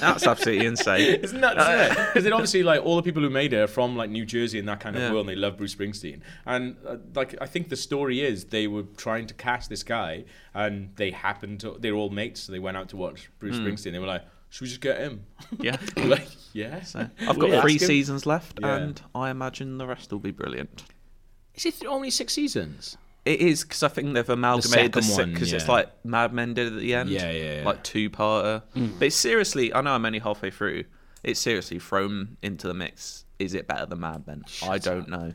That's absolutely insane. It's nuts, isn't Uh, it? Because then obviously, like all the people who made it are from like New Jersey and that kind of Yeah. world, and they love Bruce Springsteen. And uh, like, I think the story is they were trying to cast this guy, and they happened to they were all mates, so they went out to watch Bruce Springsteen. They were like, "Should we just get him?" Yeah. like, yeah. I've got Weird. three Ask him. seasons left, Yeah. and I imagine the rest will be brilliant. Is it only six seasons? It is because I think they've amalgamated the second because one, it's yeah. like Mad Men did at the end. Yeah, yeah, yeah. Like two parter. But it's seriously, I know I'm only halfway through. It's seriously thrown into the mix. Is it better than Mad Men? I don't know.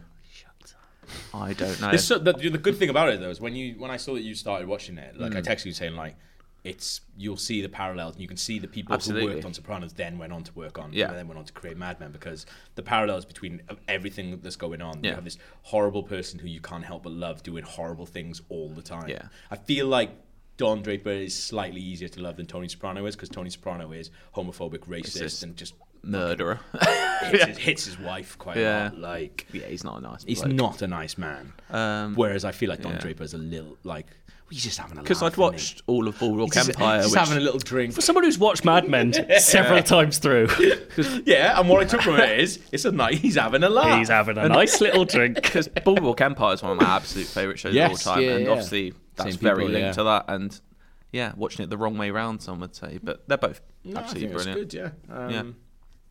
I don't know. It's so, the, the good thing about it though is when you when I saw that you started watching it, like Mm. I texted you saying like it's you'll see the parallels and you can see the people who Absolutely. worked on Sopranos then went on to work on Yeah. and then went on to create Mad Men because the parallels between everything that's going on. You Yeah. have this horrible person who you can't help but love doing horrible things all the time. Yeah. I feel like. Don Draper is slightly easier to love than Tony Soprano is because Tony Soprano is homophobic, racist, Racist. and just Murderer. hits, his, hits his wife quite a Yeah. lot. Like, yeah, he's not a nice. He's not a nice man. Whereas I feel like Don Draper is a little like he's just having a Because I'd watched all of Boardwalk Empire. He's which- having a little drink. For someone who's watched Mad Men several times through, Yeah, and what I took from it is it's a night he's having a laugh. he's having a nice little drink. because Boardwalk Empire is one of my absolute favourite shows Yes, of all time, yeah, and yeah. obviously that's Same very people, linked yeah. to that. And yeah, watching it the wrong way round, some would say, but they're both No, I absolutely think it's brilliant. good, yeah. Um, yeah,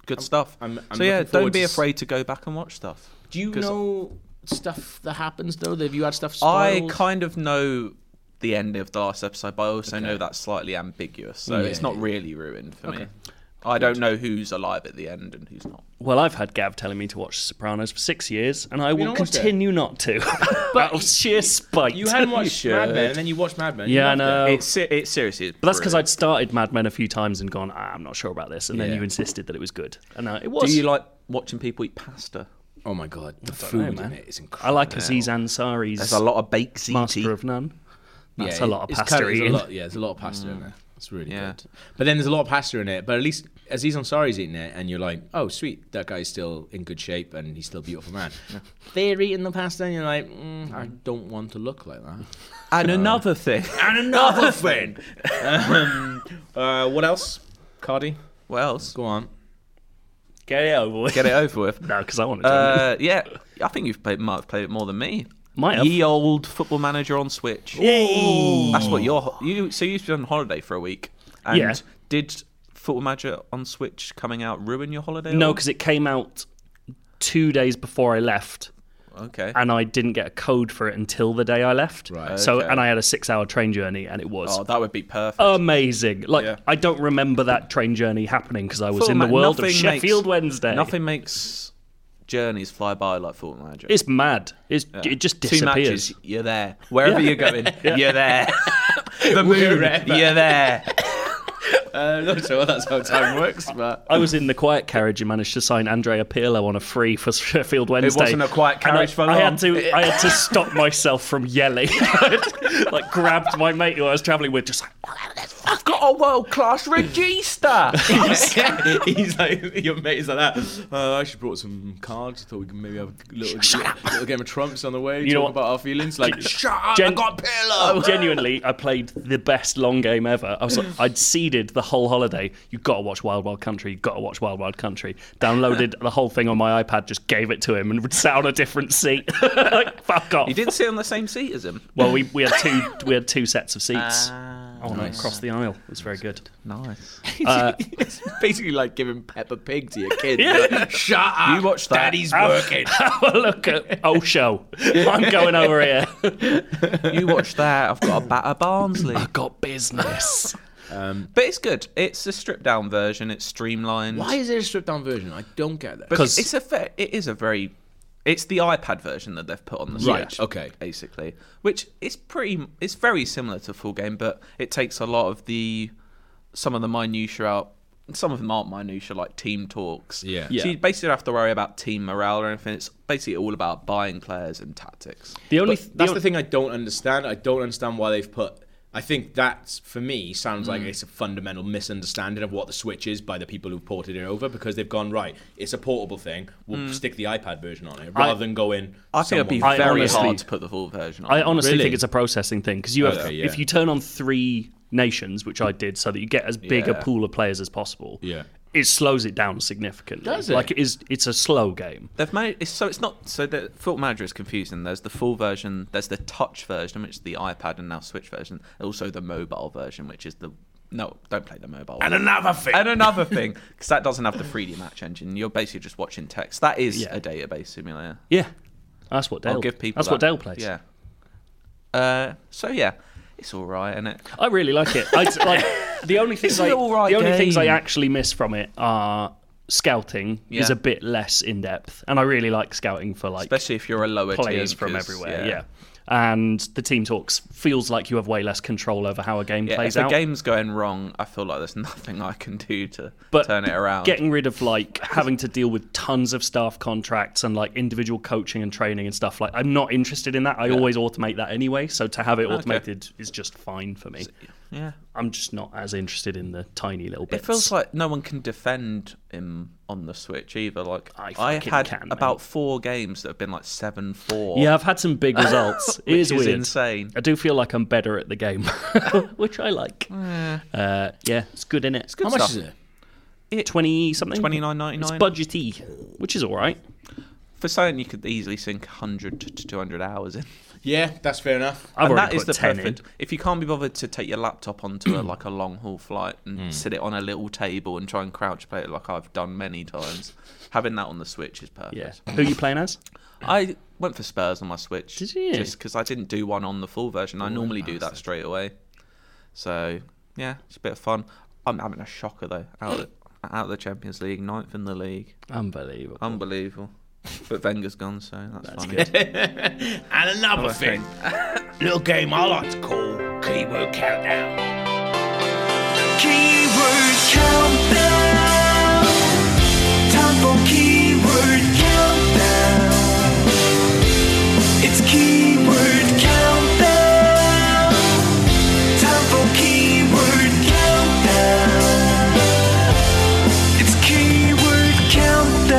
good stuff. I'm- I'm so yeah, looking don't forward be to s- afraid to go back and watch stuff. Do you 'Cause- know stuff that happens though? Have you had stuff I spoiled? kind of know the end of the last episode, but I also know that's slightly ambiguous, so Yeah, it's not yeah. really ruined for me. I don't know who's alive at the end and who's not. Well, I've had Gav telling me to watch Sopranos for six years, and I will not watched it? continue not to, out of sheer spite. You hadn't watched should. Mad Men, and then you watched Mad Men. You Yeah, I loved it. know. It's se- it seriously is. But that's because I'd started Mad Men a few times and gone, ah, I'm not sure about this, and then Yeah. you insisted that it was good, and uh, it Do was. you like watching people eat pasta? Oh my god, the know, food man. in it is I incredible. like Aziz Ansari's There's a lot of baked ziti. Master of None. That's Yeah, a lot of it's pasta kind there's a eating. lot- yeah, there's a lot of pasta in there. It's really Yeah. good. But then there's a lot of pasta in it. But at least Aziz Ansari's eating it, and you're like, oh sweet, that guy's still in good shape and he's still a beautiful man. They're eating the pasta, and you're like, mm, I don't want to look like that. and another thing. And another thing. um, uh, what else, Cardi? Well, else? Go on. Get it over with. Get it over with. No, because I want to. Uh, yeah, I think you've played might have played it more than me. Might have. Ye old football manager on Switch. That's what you're you. So you've been on holiday for a week. And Yeah. Did football manager on Switch coming out ruin your holiday? at no, all? because it came out two days before I left, Okay. and I didn't get a code for it until the day I left. Right. So, Okay. and I had a six-hour train journey, and it was. Oh, that would be perfect. Amazing! Like Yeah. I don't remember that train journey happening because I was Football in the Ma- world of nothing makes- Sheffield Wednesday. Nothing makes journeys fly by like football manager. It's mad. It's, It just Two disappears. matches, you're there. Wherever Yeah. you're going, you're there. the moon, Wherever. you're there. I'm not sure Uh, that's how time works, but I was in the quiet carriage and managed to sign Andrea Pirlo on a free for Sheffield Wednesday. wasn't a quiet And I- carriage for I, long. had to, I had to stop myself from yelling. I'd, like grabbed my mate who I was travelling with, just like I've got a world class register. he's like your mate is like that. Uh, I actually brought some cards. Thought we could maybe have a little, little game of trumps on the way. You know talk what? about our feelings. Like shut up, Gen- Oh, I got a Oh. pillow. genuinely, I played the best long game ever. I was like, I'd seeded the whole holiday. You've got to watch Wild Wild Country. You've got to watch Wild Wild Country. Downloaded the whole thing on my iPad, just gave it to him, and sat on a different seat. like, fuck off. you didn't sit on the same seat as him. Well, we, we had two we had two sets of seats. oh, nice. across the aisle. It was very good. Nice. it's basically like giving Peppa Pig to your kid. shut up. You watch that. Daddy's Ah. working. Have a look at Osho. I'm going over here. You watch that. I've got a batter Barnsley. Got business. But it's good. It's a stripped down version. It's streamlined. Why is there a stripped down version? I don't get that. Because 'Cause- it's a fa- it is a very it's the iPad version that they've put on the Right, Switch. okay. Basically, which is pretty. It's very similar to full game, but it takes a lot of the some of the minutia out. Some of them aren't minutia, like team talks. Yeah. So Yeah. you basically don't have to worry about team morale or anything. It's basically all about buying players and tactics. The only But that's the thing I don't understand. I don't understand why they've put. I think that's for me sounds Mm. like it's a fundamental misunderstanding of what the Switch is by the people who've ported it over because they've gone right. It's a portable thing. We'll stick the iPad version on it rather than going. Mm. I think it'd be I very honestly- hard to put the full version. on. I honestly Really? think it's a processing thing because you have Okay, yeah. if you turn on three nations, which I did, so that you get as big a Yeah. pool of players as possible. Yeah. It slows it down significantly. Does it? Like it is, it's a slow game. They've made it's, so it's not so the Football Manager is confusing. There's the full version, there's the touch version, which is the iPad and now Switch version, also the mobile version, which is the no, don't play the mobile. And another thing. And another thing, because that doesn't have the 3D match engine. You're basically just watching text. That is Yeah. a database simulator. Yeah, that's what Dale. I'll give people. that's what that. Dale plays. Yeah. Uh, so yeah, it's all right, isn't it? I really like it. I, like the only things an I, alright the only things I game. actually miss from it are scouting is Yeah. a bit less in depth, and I really like scouting for like Especially if you're a lower players team, from 'cause, everywhere. Yeah. and the team talks feels like you have way less control over how a game Yeah, if plays the out. game's going wrong, I feel like there's nothing I can do to but turn it around. Getting rid of like having to deal with tons of staff contracts and like individual coaching and training and stuff like I'm not interested in that. I always automate that anyway, so to have it automated is just fine for me. yeah. I'm just not as interested in the tiny little bits. It feels like no one can defend him on the Switch either. Like I I fucking had can, mate. about four games that have been like seven four. yeah, I've had some big results. It Which is is weird. insane. I do feel like I'm better at the game, which I like. Mm. Uh, yeah, it's good in it. It's good. How much is it? Twenty something. Twenty nine ninety It's nine. budgety, which is all right. For saying you could easily sink hundred to two hundred hours in. Yeah, that's fair enough. I've and already that is put the 10 perfect. in. If you can't be bothered to take your laptop onto a, like a long haul flight and Hmm. sit it on a little table and try and crouch play it like I've done many times, having that on the Switch is perfect. Yeah. Who are you playing as? I went for Spurs on my Switch. Did you? Just because I didn't do one on the full version. I Oh, normally do that straight away. So yeah, it's a bit of fun. I'm having a shocker though. Out of, out of the Champions League, ninth in the league, Unbelievable. unbelievable. But Wenger's gone, so that's, fine. Good. And another thing, little game I like to call Um, Keyword Countdown. Keyword countdown. Time for keyword countdown. It's keyword countdown. Time for keyword countdown. It's keyword countdown.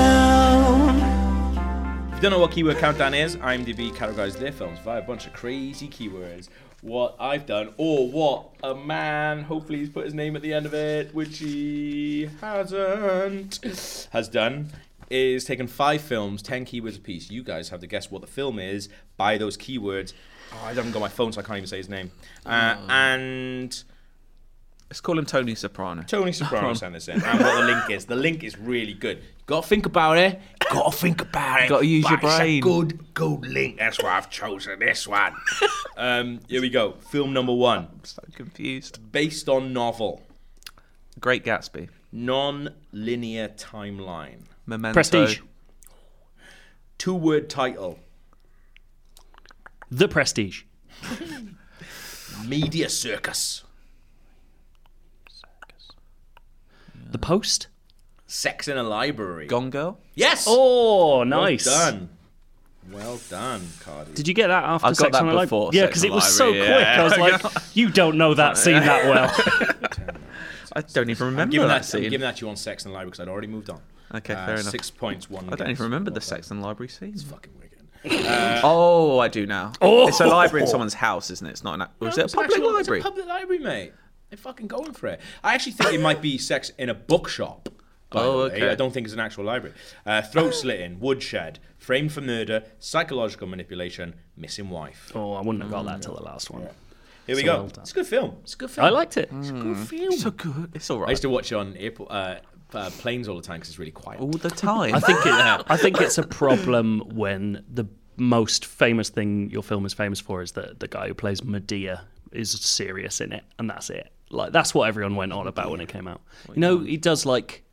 If you don't know what keyword countdown is, IMDb categorizes their films via a bunch of crazy keywords. What I've done, or what a man, hopefully he's put his name at the end of it, which he hasn't, has done, is taken five films, ten keywords apiece. You guys have to guess what the film is by those keywords. Oh, I haven't got my phone, so I can't even say his name. Uh, And Let's call him Tony Soprano. Tony Soprano sent this in, and what the link is. The link is really good. Gotta think about it. Gotta think about it. Gotta use your But it's a brain. good, good link. That's why I've chosen this one. Um, here we go. Film number one, So confused. based on novel. Great Gatsby. non-linear timeline. Memento. Prestige. Two-word title. The Prestige. Media circus. The Post. Sex in a library. Gone Girl. yes. Oh, nice. Well done. Well done, Cardi. Did you get that after I got Sex that on the Lib- before Yeah, Sex because on it the was so Library, quick. I was like, you don't know that scene that well. I don't even remember Given that that, I'm scene. giving that to you on Sex in the Library because I'd already moved on. Okay, Uh, fair enough. Six points, one. I don't even remember the Sex and Library scene. Fucking wicked. Oh, I do now. Oh. It's a library in someone's house, isn't it? It's not an. Was it a It's public actual- it's a library? public library, mate. They're fucking going for it. I actually think it might be sex in a bookshop. By Oh, the way. okay. I don't think it's an actual library. Uh, throat slitting, woodshed, framed for murder, psychological manipulation, missing wife. oh, I wouldn't have got that till the last one. Here we So go. well done. it's a good film. It's a good film. I liked it. Mm. good film. so good. It's all I right. used to watch it on airport, uh, uh, planes all the time because it's really quiet. all the time. I think it, I think it's a problem when the most famous thing your film is famous for is that the guy who plays Medea is serious in it, and that's it. Like that's what everyone went on about when it came out. You know, he does like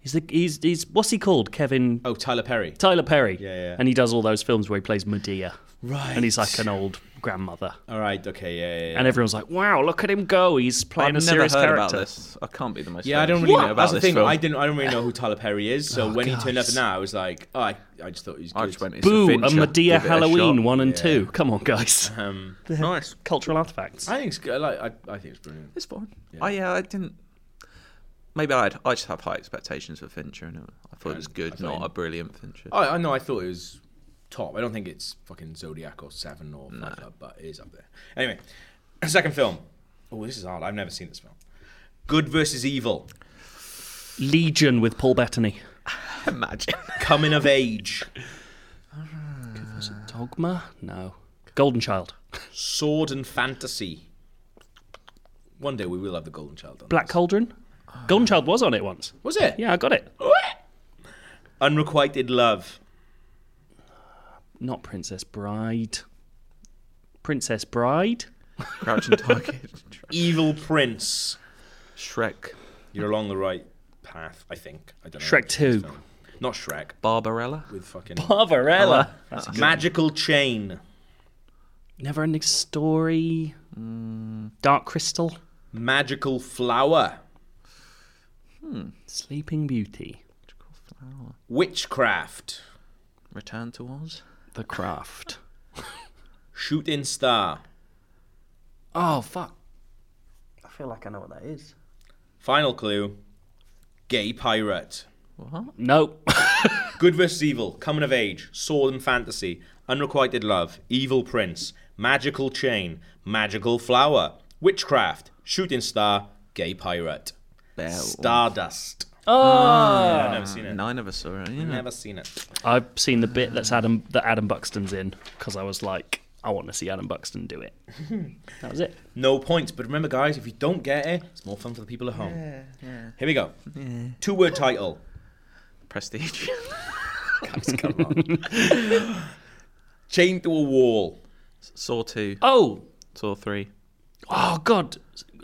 he's the he's he's what's he called? Kevin Oh, Tyler Perry. Tyler Perry. Yeah, yeah. And he does all those films where he plays Medea, Right. and he's like an old grandmother, all right. Okay. Yeah. Yeah. yeah. and everyone's like, "Wow, look at him go! He's playing I've a never heard serious character." about this. I can't be the most. yeah, I famous don't really thing know. about That's the this thing. film. I didn't. I don't really know who Tyler Perry is. So when he turned up and now, I was like, oh, I, I just thought he was. I good. just went. It's Boo! a, A, Fincher, Medea give it a Halloween shot. Uh-huh. one and two. Come on, guys. Nice. Cultural artifacts. I think it's good. I Like, I, I think it's brilliant. It's fine. I yeah, I didn't. Maybe I I just have high expectations for Fincher, and I thought it was good, not a brilliant Fincher. I, I know. I thought it was top. I don't think it's fucking Zodiac or Seven or Fight Club, but it is up there. Anyway, second film. Oh, this is hard. I've never seen this film. Good versus Evil. Legion with Paul Bettany. Imagine. Coming of age. Was it Dogma? No. Golden Child. Sword and fantasy. One day we will have the Golden Child on. Black Cauldron? Golden Child was on it once. Was it? Yeah, I got it. Unrequited love. Not Princess Bride. Princess Bride? Crouching Tiger. Evil Prince. Shrek. You're along the right path, I think. I don't know. Shrek 2. Not Shrek. Barbarella. With fucking Barbarella. magical chain. Never ending story. Dark Crystal. Magical flower. Sleeping Beauty. Witchcraft. Return to Oz. The Craft. Shooting star. oh, fuck. I feel like I know what that is. Final clue. Gay pirate. Nope. Good versus evil. Coming of age. Sword and fantasy. Unrequited love. Evil prince. Magical chain. Magical flower. Witchcraft. Shooting star. Gay pirate. Bell. Stardust. Oh, I've never seen it. Nine of us saw it. Yeah. Never seen it. I've seen the bit that's Adam that Adam Buxton's in because I was like, I want to see Adam Buxton do it. that was it. No points. But remember, guys, if you don't get it, it's more fun for the people at home. Here we go. Two word title. Prestige. Guys, come on. Chained to a wall. Saw two, Oh, Saw three. oh God.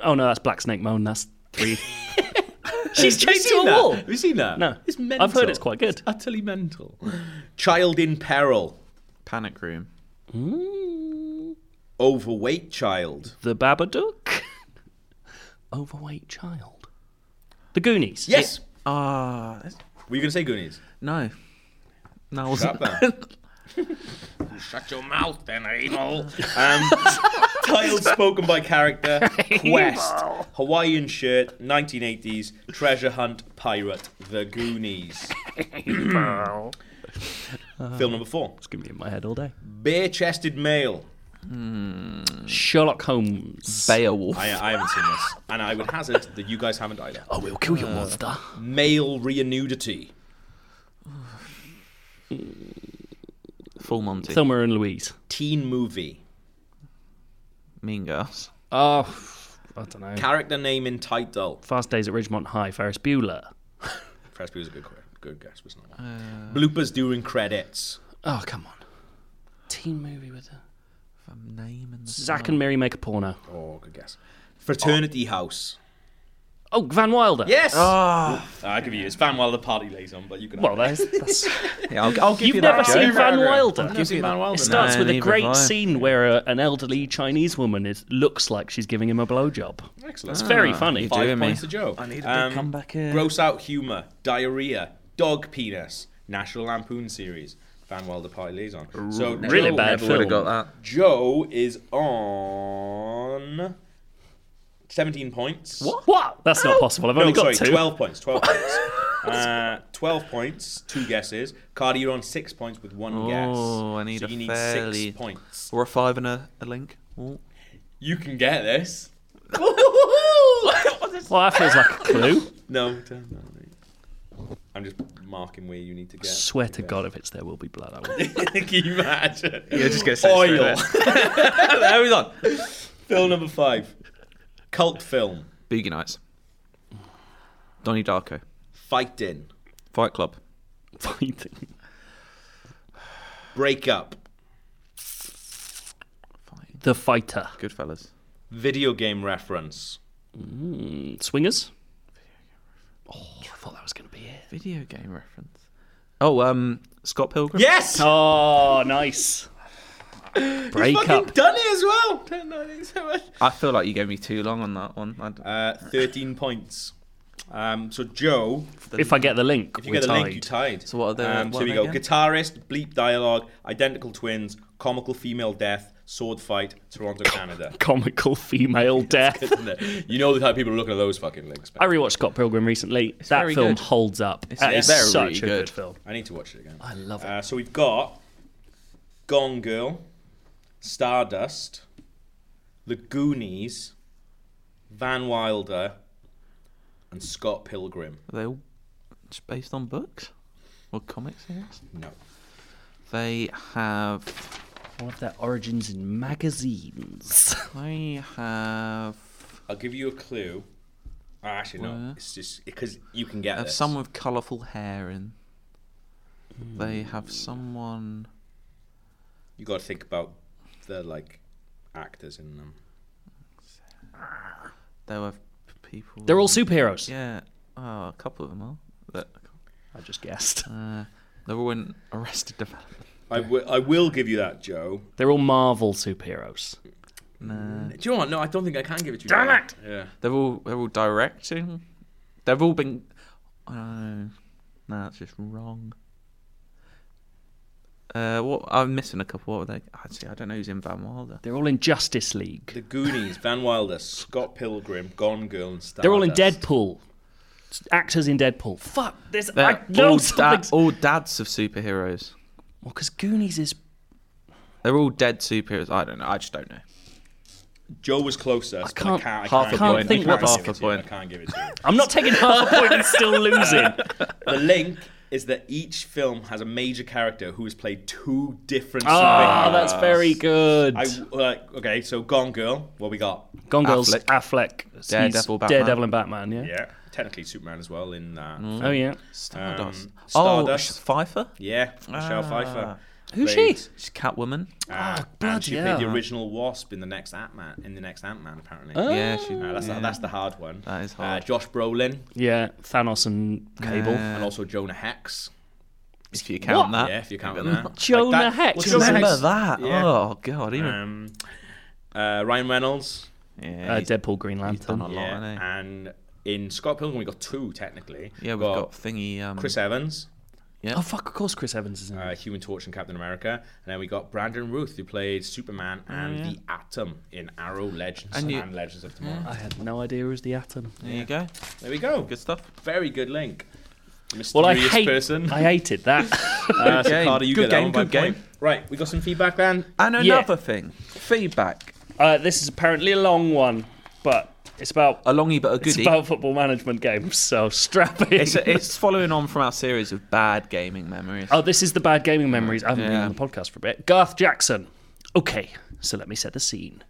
Oh no, that's Black Snake Moan. That's three. She's chained to seen a that? wall. Have you seen that? No, It's mental. I've heard it's quite good. utterly mental. Child in peril. Panic room. Overweight child. Mm. The Babadook. Overweight child. The Goonies. Yes. Ah, that's- Were you going to say Goonies? no, no, I That wasn't. then. Shut your mouth, then, evil. Um, title spoken by character. Quest. Hawaiian shirt. 1980s. Treasure hunt. Pirate. The Goonies. Film number four. It's gonna be in my head all day. Bare-chested male. Sherlock Holmes. Beowulf. I, I haven't seen this, and I would hazard that you guys haven't either. I will kill your monster. Male rear nudity. Full Monty. Thelma and Louise. Teen movie. mean Girls. Oh, I don't know. Character name in title. Fast Days at Ridgemont High. Ferris Bueller. Presby was a good, que- good guess, was not. one. Bloopers during credits. Oh come on. Teen movie with her. I'm naming the Zack and Mary make a porno. Oh, good guess. Fraternity House. Oh, Van Wilder. Yes. Ah, I give you. It's Van Wilder party liaison, but you can. Oh. Well, that's, that's Yeah, I'll, I'll give you've you never that. Joe. seen Van Wilder. I've seen Van It Wilder. starts No, with a neither great have I. scene where a, an elderly Chinese woman is looks like she's giving him a blowjob. now. Excellent. It's very funny. do. Five doing me. points to Joe. I need a big comeback here. Um, Gross out humor, diarrhea, dog penis, National Lampoon series, Van Wilder party liaison. So really Joe- bad Would have film. got that. Joe is on seventeen points. What? What? That's not possible. I've No, only got sorry, two. 12 points. 12 points. Uh, 12 points, two guesses. Cardi, you're on six points with one guess. Oh, I need so a you need fairly- six points. Or a five and a, a link. Ooh. You can get this. Well, that feels like a clue. No, don't know. I'm just marking where you need to get. Swear to God, if it's There Will Be Blood, I will. Can you imagine? You're just gonna say straight Oil. There we go. film number five. Cult film. Boogie Nights. Donnie Darko. Fighting. Fight Club. Fighting. Breakup. The Fighter. Goodfellas. Video game reference. Swingers. Oh, I thought that was going to be it. Video game reference. Oh, um, Scott Pilgrim. Yes! Oh, nice. Break Fucking up. done it as well. Don't know, thanks so much. I feel like you gave me too long on that one. I d- Uh, 13 points. Um, so, Joe, If I get the link, if you we're get a tied. link, you tied. So what are the- Um, so what here are we they go. again? Guitarist, bleep dialogue, identical twins, comical female death, sword fight, Toronto, Canada. Comical female death. Isn't it? you know the type of people are looking at those fucking links. I Man. rewatched Scott Pilgrim recently. that very film good. holds up. It's very such a good, good. film. I need to watch it again. I love it. Uh, so we've got Gone Girl, Stardust, The Goonies, Van Wilder, and Scott Pilgrim. Are they all just based on books or comic series? No. They have. All of their origins in magazines. They have. I'll give you a clue. Ah, actually, no. Where? It's just because you can get Have this. someone with colourful hair in. They have someone. You got to think about the like actors in them. There were p- people. They're all superheroes. Yeah. Oh, a couple of them are. That- I just guessed. Uh, they're all in Arrested Development. I, w- I will give you that, Joe. They're all Marvel superheroes. Do you know what? No, I don't think I can give it to you. Damn it! Yeah. They're all they're all directing. They've all been. I don't know. No, that's just wrong. Uh, what I'm missing a couple. What were they? Actually, I don't know who's in Van Wilder. They're all in Justice League. The Goonies, Van Wilder, Scott Pilgrim, Gone Girl, and Stardust. They're all in Deadpool. Actors in Deadpool. Fuck this. I They're know all, da- something. all dads of superheroes. Well, because Goonies is. They're all dead superheroes. I don't know. I just don't know. Joe was closer. I can't- I can't, I half a can't point. give it Think to you. what the- I can't give it to you. I can't give it to I'm not taking half a point and still losing. you. The link is that each film has a major character who has played two different. Ah, superheroes. that's very good. I like okay. So Gone Girl, what we got? Gone Girls, Affleck. Affleck. he's Daredevil, Batman. Daredevil and Batman, yeah? Yeah. technically Superman as well in that. Mm. Oh yeah. Stardust. Um, Oh, Stardust. Pfeiffer? Yeah, Michelle Ah. Pfeiffer. Who's played, she? She's Catwoman. Uh, and bloody she played the hell. original Wasp in the next Ant Man. In the next Ant Man, apparently. Oh, Yeah, Oh. she, Uh, that's yeah. the, that's the hard one. That is Uh, hard. Josh Brolin Yeah, Thanos and Cable. and also Jonah Hex. if you count that. Yeah, if you count on that. Jonah that- Hex. well, Do you Jonah remember Hex- that? Yeah. Oh god, even Um, uh, Ryan Reynolds. yeah, Uh, he's Deadpool, Green done a Lantern. lot, Yeah, hasn't he? and in Scott Pilgrim we got two technically. yeah, we've got, thingy. Um, Chris Evans, Oh fuck! Of course, Chris Evans is in. it. uh, Human Torch and Captain America, and then we got Brandon Ruth who played Superman and the Atom in Arrow Legends Oh, And and, you- Legends of Tomorrow. I had no idea it was the Atom. there you go. There we go. Good stuff. Very good link. Mysterious Well, I hate. person. I hated that. Uh, so game. Carter, you Good get that game, one by good game. point. Right, we got some feedback then. And Yeah. another thing, feedback. uh, this is apparently a long one, but it's about A longy but a Oh, goodie. it's about football management games. So strap in. It's, it's following on from our series of bad gaming memories. Oh, this is the bad gaming memories. I haven't been Yeah. on the podcast for a bit. Garth Jackson. Okay, so let me set the scene.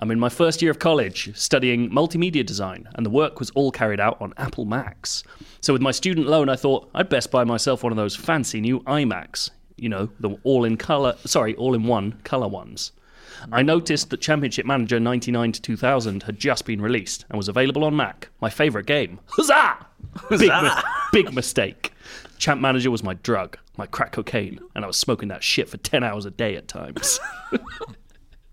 I'm in my first year of college studying multimedia design, and the work was all carried out on Apple Macs. So, with my student loan, I thought I'd best buy myself one of those fancy new iMacs. You know, the all in color, sorry, all in one color ones. I noticed that Championship Manager 99 to 2000 had just been released and was available on Mac, my favourite game. Huzzah! Big, mi- big mistake. Champ Manager was my drug, my crack cocaine, and I was smoking that shit for 10 hours a day at times.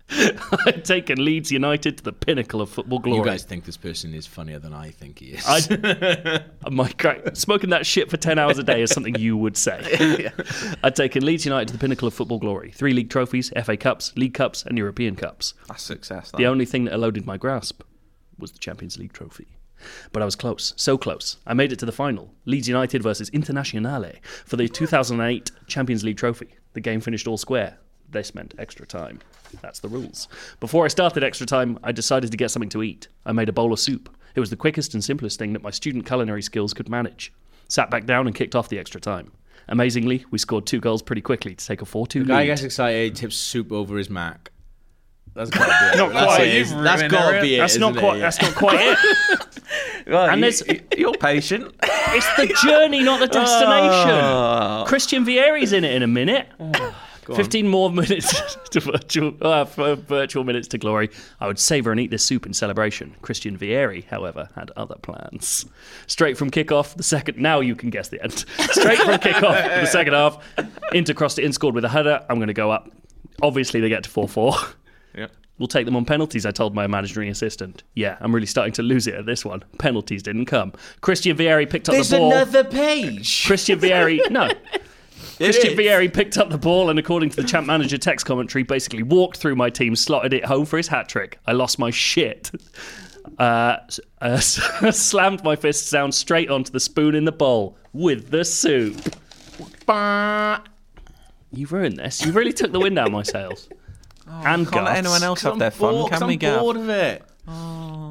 I'd taken Leeds United to the pinnacle of football glory. think this person is funnier than I think he is. I, my crack, smoking that shit for 10 hours a day is something you would say. I'd taken Leeds United to the pinnacle of football glory. Three league trophies, FA Cups, League Cups, and European Cups. That's success. That. The only thing that eluded my grasp was the Champions League trophy. But I was close, so close. I made it to the final Leeds United versus Internazionale for the 2008 Champions League trophy. The game finished all square. This meant extra time. That's the rules. Before I started extra time, I decided to get something to eat. I made a bowl of soup. It was the quickest and simplest thing that my student culinary skills could manage. Sat back down and kicked off the extra time. Amazingly, we scored two goals pretty quickly to take a 4 2 Guy lead. gets excited, tips soup over his Mac. That's gotta be it. Not That's quite. it, You've isn't- That's gotta be it. that's not isn't it? quite. Yeah. That's not quite it. Well, and you, there's- you're patient. It's the journey, not the destination. Christian Vieri's in it in a minute. 15 more minutes to virtual, uh, for virtual minutes to glory. I would savour and eat this soup in celebration. Christian Vieri, however, had other plans. Straight from kickoff, the second. Now you can guess the end. Straight from kickoff, the second half. Intercross to in scored with a header. I'm going to go up. Obviously, they get to 4 4. Yep. We'll take them on penalties, I told my imaginary assistant. Yeah, I'm really starting to lose it at this one. Penalties didn't come. Christian Vieri picked up the ball. page. Christian Vieri, no. Christian is. Vieri picked up the ball and, according to the champ manager text commentary, basically walked through my team, slotted it home for his hat trick. I lost my shit. Uh, s- uh, s- slammed my fist down straight onto the spoon in the bowl with the soup. Bah. You've ruined this. You really took the wind out of my sails. and Oh, Can't let Garth's. anyone else have their fun, can we, I'm Gav? bored of it.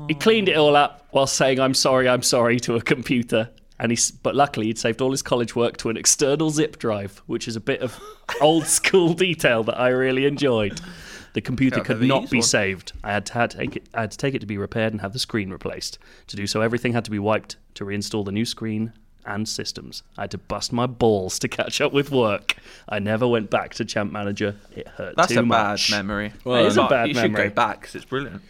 He cleaned it all up while saying "I'm sorry, I'm sorry" to a computer. And he, s- but luckily, he'd saved all his college work to an external zip drive, which is a bit of old school detail that I really enjoyed. The computer could never not used be one. saved. I had to had to take it. I had to take it to be repaired and have the screen replaced. To do so, everything had to be wiped to reinstall the new screen and systems. I had to bust my balls to catch up with work. I never went back to Champ Manager. It hurt That's too a bad much. memory. Well, It is a But bad you memory. should go back 'cause it's brilliant.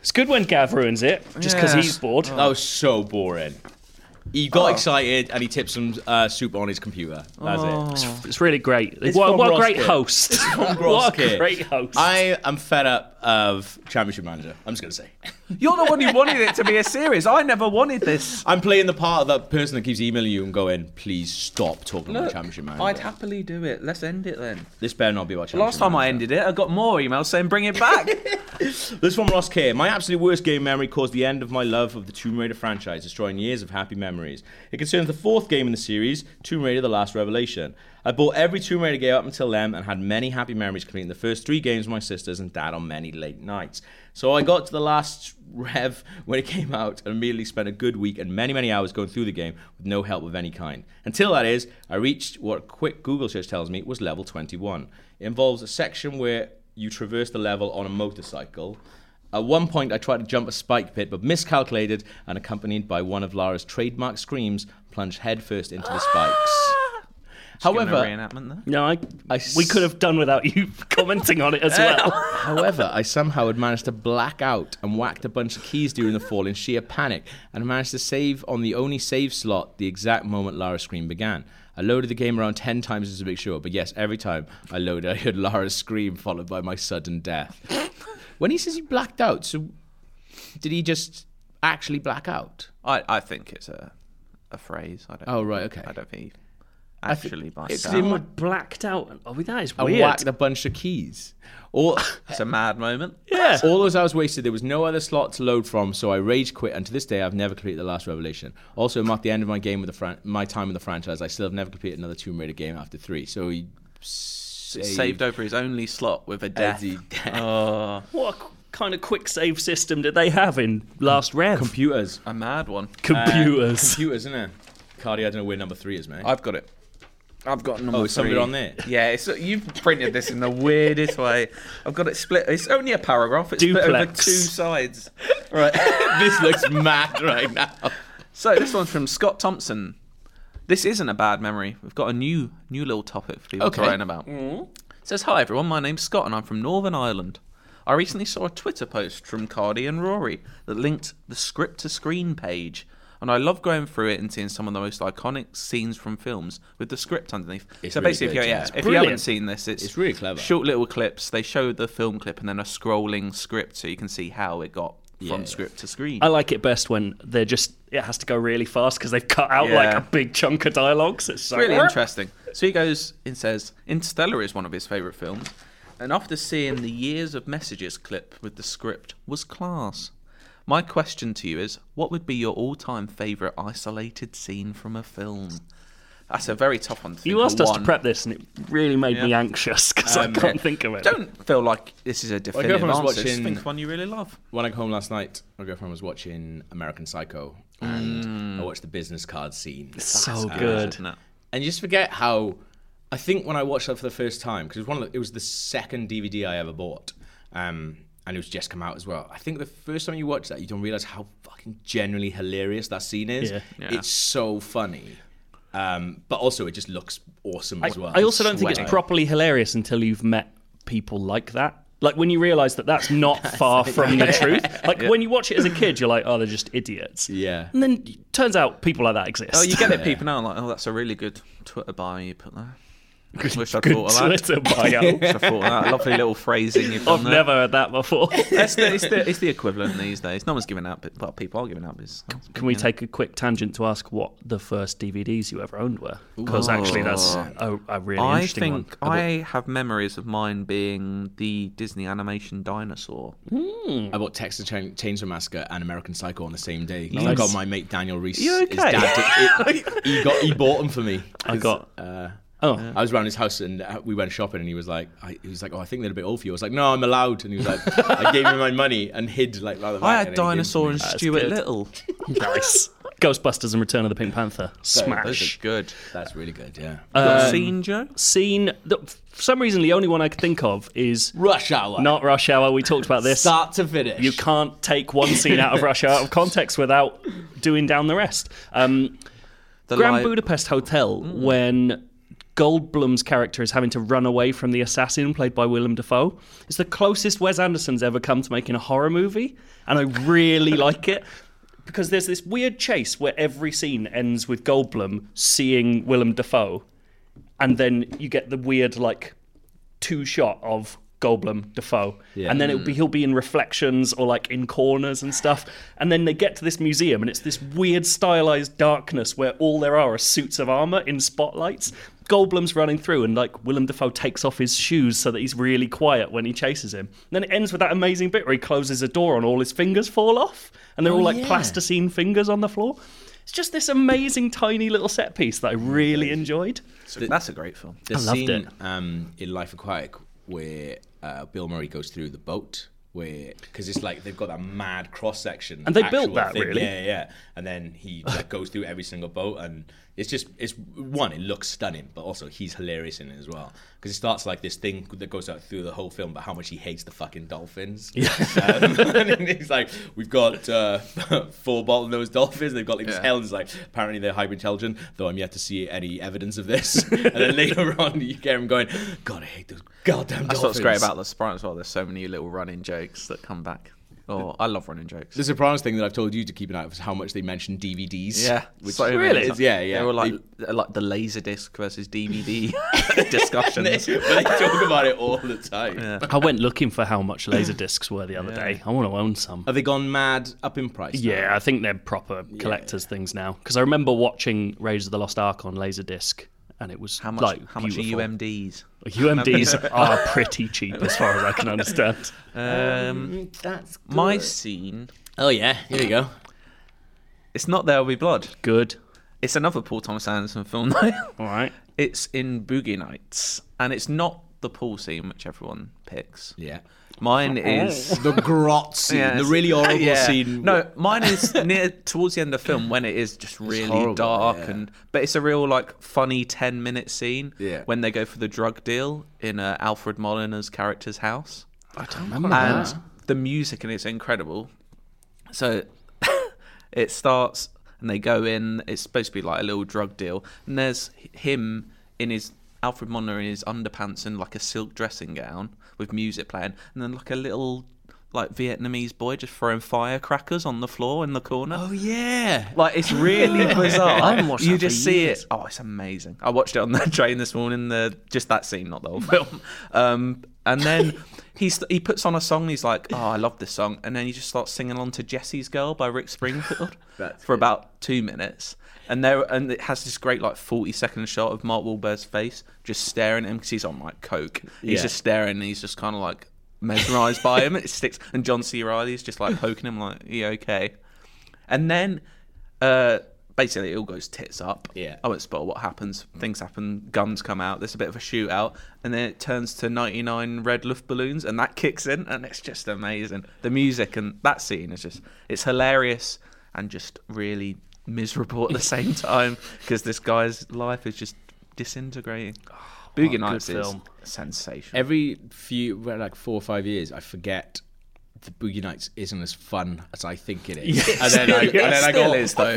It's good when Gav ruins it, just because Yeah. Oh, he's bored. That was so boring. He got excited and he tipped some uh, soup on his computer. That's it. It's, it's really great. It's what from what a great Roskit. host. what a Gross great kid. host. I am fed up of Championship Manager. I'm just gonna say. You're the one who wanted it to be a series. I never wanted this. I'm playing the part of that person that keeps emailing you and going, please stop talking about Championship Manager. I'd happily do it. Let's end it then. this better not be about Championship Last time I Manager. ended it, I got more emails saying bring it back. This is from Ross K. My absolute worst game memory caused the end of my love of the Tomb Raider franchise, destroying years of happy memories. It concerns the fourth game in the series, Tomb Raider The Last Revelation. I bought every Tomb Raider game up until then and had many happy memories completing the first three games with my sisters and dad on many late nights. So I got to the last rev when it came out and immediately spent a good week and many, many hours going through the game with no help of any kind. Until that is, I reached what a quick Google search tells me was level 21. It involves a section where you traverse the level on a motorcycle At one point, I tried to jump a spike pit, but miscalculated and, accompanied by one of Lara's trademark screams, plunged headfirst into the spikes. However, However, reenactment there. No, I, I we could have done without you commenting on it as well. However, I somehow had managed to black out and whacked a bunch of keys during the fall in sheer panic and managed to save on the only save slot the exact moment Lara's scream began. I loaded the game around 10 times just to make sure, but yes, every time I loaded, I heard Lara's scream followed by my sudden death. when he says he blacked out, so did he just actually black out? I, I think it's a a phrase. I don't. Oh, right, okay. I don't think he actually by it's himself. in- Am I blacked out? Oh, that is I weird. whacked a bunch of keys. Or. It's a mad moment. yeah. All those hours wasted, there was no other slot to load from, so I rage quit, and to this day, I've never completed the last Revelation. Also, it marked the end of my game with the fran- my time with the franchise. I still have never completed another Tomb Raider game after three. So he saved, Saved over his only slot with a death. Eddie death. Oh, What a qu- kind of quick save system did they have in Last Rev? computers, Uh, a mad one. Computers. computers, isn't it? Cardi, I don't know where number three is, mate. I've got it. I've got number Oh, it's somewhere on there. Yeah, it's, you've printed this in the weirdest way. I've got it split. It's only a paragraph. It's split over Duplex. two sides. Right. this looks mad right now. So this one's from Scott Thompson. This isn't a bad memory. We've got a new new little topic for people Okay. Mm. to write about. It says, Hi everyone, my name's Scott and I'm from Northern Ireland. I recently saw a Twitter post from Cardi and Rory that linked the script to screen page. And I love going through it and seeing some of the most iconic scenes from films with the script underneath. It's so really basically, good, if, you, yeah. yeah, It's if you haven't brilliant. seen this, it's, It's really clever. Short little clips. They show the film clip and then a scrolling script so you can see how it got Yeah. from script to screen. I like it best when they're just, it has to go really fast because they've cut out like Yeah. a big chunk of dialogue. So it's so really interesting. So he goes and says, Interstellar is one of his favourite films, and after seeing the years of messages clip with the script was class. My question to you is, what would be your all-time favourite isolated scene from a film? That's a very tough one. To think You of asked us to one. prep this and it really made me anxious because I can't think of it. Don't feel like this is a definitive girlfriend was answer. Just watching- think of one you really love. When I got home last night, my girlfriend was watching American Psycho, and Mm. I watched the business card scene. so good. Isn't it? and you just forget how I think when I watched that for the first time because it was one of the, it was the second DVD I ever bought, um, and it was just come out as well. I think the first time you watch that, you don't realize how fucking genuinely hilarious that scene is. Yeah. Yeah. It's so funny, um, but also it just looks awesome as well. I also don't think it's Sweating. properly hilarious until you've met people like that. Like when you realise that that's not far from the truth. Like when you watch it as a kid, you're like, oh, they're just idiots. Yeah. And then it turns out people like that exist. Oh, you get it, people now. Like, oh, that's a really good Twitter bio you put there. Wish I'd Good thought of that. Twitter bio. Wish I thought of that. Lovely little phrasing you've done I've there. never heard that before. That's the, it's, the, it's the equivalent these days. No one's giving up, but well, people are giving up. Is Can we take a quick tangent to ask what the first DVDs you ever owned were? Because actually, that's a, a really I interesting think one. I have memories of mine being the Disney animation dinosaur. I bought Texas Chain- Chainsaw Massacre and American Psycho on the same day. I got my mate Daniel Reese. You His okay? dad did, it- he got he bought them for me. I got. Uh, Oh, I was around his house and uh, we went shopping and he was like, I, he was like, oh, I think they're a bit old for you. I was like, no, I'm allowed. And he was like, I gave him my money and hid like rather. I had Dinosaur and Stuart good. Little. nice. Ghostbusters and Return of the Pink Panther. Those Smash. Uh, are good. That's really good. Yeah. Um, Seen Joe? Scene. The, for some reason, the only one I could think of is Rush hour. not Rush Hour. We talked about this. start to finish. You can't take one scene out of Rush Hour out of context without doing down the rest. Um, The Grand li- Hmm. Budapest Hotel when Goldblum's character is having to run away from the assassin played by Willem Dafoe. It's the closest Wes Anderson's ever come to making a horror movie, and I really like it. Because there's this weird chase where every scene ends with Goldblum seeing Willem Dafoe, and then you get the weird like two shot of Goldblum, Defoe, and then it'll be he'll be in reflections or like in corners and stuff. And then they get to this museum, and it's this weird stylized darkness where all there are are suits of armor in spotlights. Goldblum's running through, and like Willem Dafoe takes off his shoes so that he's really quiet when he chases him. And then it ends with that amazing bit where he closes a door and all his fingers fall off, and they're all like plasticine fingers on the floor. It's just this amazing tiny little set piece that I really enjoyed. That's a great film. the loved scene it. Um, in Life Aquatic where uh, Bill Murray goes through the boat. where because it's like they've got that mad cross section And they built that, really. yeah yeah and then he like, goes through every single boat and it's just it's one it looks stunning but also he's hilarious in it as well because it starts like this thing that goes out through the whole film about how much he hates the fucking dolphins yeah um, and he's like we've got uh, four bottlenose dolphins they've got like this Yeah. hell and it's like apparently they're hyper intelligent though I'm yet to see any evidence of this and then later on you get him going god I hate those goddamn That's dolphins what's great about The Sopranos as well. There's so many little running jokes that come back. Oh, I love running jokes. The Sopranos thing that I've told you to keep an eye out for is how much they mention DVDs. yeah, Which so many Really? times. Yeah, yeah. They were like They- they're like the laser disc versus DVD discussions. they talk about it all the time. I went looking for how much laser discs were the other day. I want to own some. Uh, Are they gone mad up in price? now? Yeah, I think they're proper collectors things now. Because I remember watching Raiders of the Lost Ark on laserdisc, and it was How much? Like, how much are beautiful. UMDs? UMDs are pretty cheap, as far as I can understand. Um, That's my scene. Oh yeah, here you go. It's not There Will Be Blood. Good. It's another Paul Thomas Anderson film. though. All right. it's in Boogie Nights, and it's not the pool scene which everyone picks. Yeah. Mine is The grot scene, Yeah, the it's- really horrible yeah. scene. No, mine is near towards the end of the film when it is just really horrible, dark yeah. and but it's a real like funny ten minute scene Yeah. when they go for the drug deal in uh, Alfred Molina's character's house I don't remember. and the music and it's incredible. So it starts and they go in. It's supposed to be like a little drug deal, and there's him in his Alfred Molina in his underpants and like a silk dressing gown with music playing, and then like a little like Vietnamese boy just throwing firecrackers on the floor in the corner. Oh yeah. Like it's really bizarre. I haven't watched you that just for see years. it. Oh, it's amazing. I watched it on the train this morning. The just that scene, not the whole film. Um, and then he st- he puts on a song. And he's like, "Oh, I love this song," and then he just starts singing along to "Jesse's Girl" by Rick Springfield That's for it. about two minutes. And there, and it has this great like forty second shot of Mark Wahlberg's face just staring at him because he's on like coke. He's Yeah. just staring. and He's just kind of like mesmerized by him. It sticks. And John C. Riley's just like poking him like, "You okay?" And then uh, basically it all goes tits up. Yeah. I won't spoil what happens. Things happen, guns come out, there's a bit of a shootout, and then it turns to 99 red luft balloons, and that kicks in, and it's just amazing. The music and that scene is just, it's hilarious and just really miserable at the same time because this guy's life is just disintegrating. Boogie Oh, a Nights good is film. sensational. Every few, well, like four or five years, I forget. The Boogie Nights isn't as fun as I think it is, and then I, and then I go, Still is, though.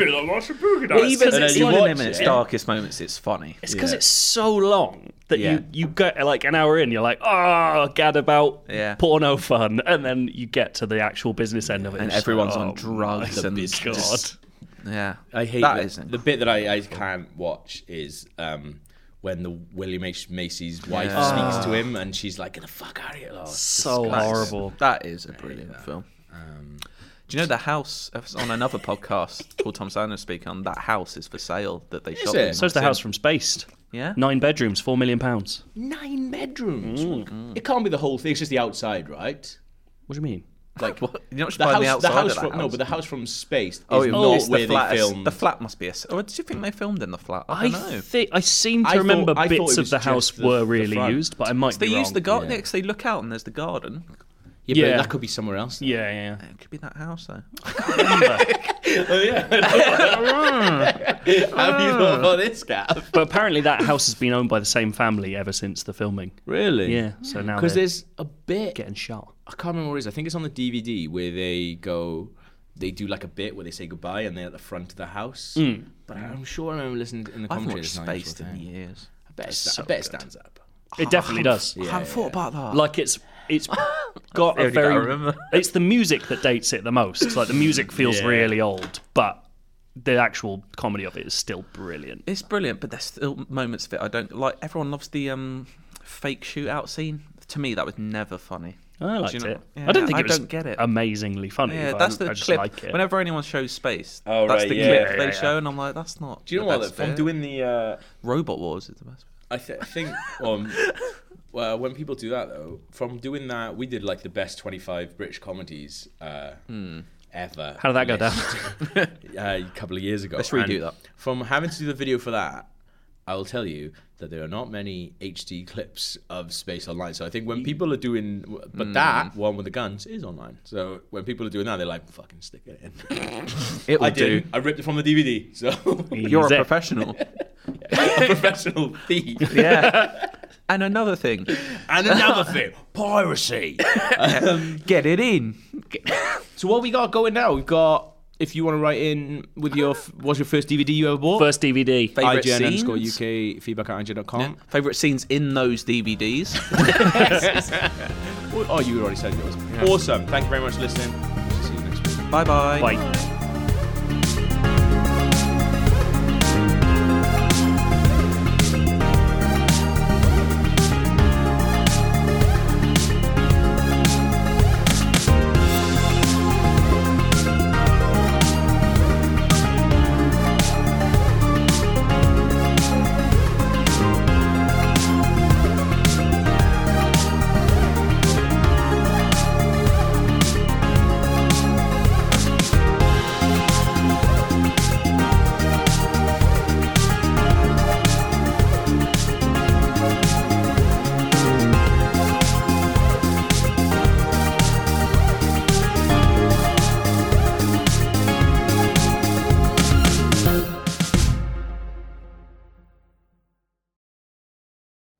Even Even, it's even like- in its yeah. darkest moments, it's funny. It's because it's so long that Yeah. you, you get like an hour in, you're like, oh, gad about Yeah. porno fun. And then you get to the actual business end of it. And it's everyone's like, on drugs and oh, God. just- yeah, I hate that the- isn't the bit that I, I can't watch is um, when the William H Macy's wife speaks to him and she's like, "Get the fuck out of here!" Oh, it's so disgusting. horrible. That is a brilliant film. Um, Do you know the house that's on another podcast Paul Thomas Anderson speak on? That house is for sale that they shot. it? in. So is the house from Spaced. Yeah. Nine bedrooms, four million pounds. Nine bedrooms. Mm, It can't be the whole thing. It's just the outside, right? What do you mean? Like What? You're not the buying house, the outside the house of that from no, house. but the house from space is Oh, not it's where the flat. they is- filmed. The flat must be a. s- Or do you think they filmed in the flat? I I don't know. think I seem to I thought- remember I thought it bits of was the just house the- were the really front. used, but I might they be use wrong. the garden. Next, they look out and there's the garden. yeah, yeah. but that could be somewhere else. Yeah, yeah. yeah. It could be that house though. Have you thought about this, Gav? But apparently that house has been owned by the same family ever since the filming. Really? Yeah. So now Because they're there's a bit getting shot. I can't remember what it is. I think it's on the DVD where they go, they do like a bit where they say goodbye and they're at the front of the house. But I'm sure I remember listening in the I haven't commentary. watched it's not an Spaced actual in thing. years. I bet, it, sta- so I bet it stands up. It definitely does. I haven't thought about that. Like it's it's got a only bit I very remember. it's the music that dates it the most. It's Like the music feels really old, but the actual comedy of it is still brilliant. It's brilliant, but there's still moments of it I don't like. Everyone loves the um, fake shootout scene. To me, that was never funny. I Do liked you know- it. Yeah, I don't think I it was don't get it. amazingly funny. Yeah, but that's I, the I just clip. like it. Whenever anyone shows space, Oh, that's right, the yeah, clip yeah, they yeah. show, and I'm like, that's not. Do you know the what? best If I'm bit. doing the, uh, Robot Wars is the best. bit. I, th- I think um, well, when people do that though, from doing that, we did like the best 25 British comedies uh, Hmm. ever. How did that go down? uh, a couple of years ago. Let's redo And that. From having to do the video for that, I will tell you that there are not many HD clips of space online. So I think when people are doing, but Hmm. that one with the guns is online. So when people are doing that, they're like, fucking stick it in. It will I do. did. I ripped it from the DVD. So You're Zip. a professional. a professional thief. yeah. And another thing, And another thing, piracy. get it in. So what we got going now? We've got if you want to write in with your f- what's your first DVD you ever bought? First DVD. Favorite IGN scenes. underscore UK feedback at IGN.com. Favorite scenes in those DVDs. Oh, you already said yours. Awesome. Thank you very much for listening. See you next week. bye bye. Bye.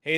Hey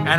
and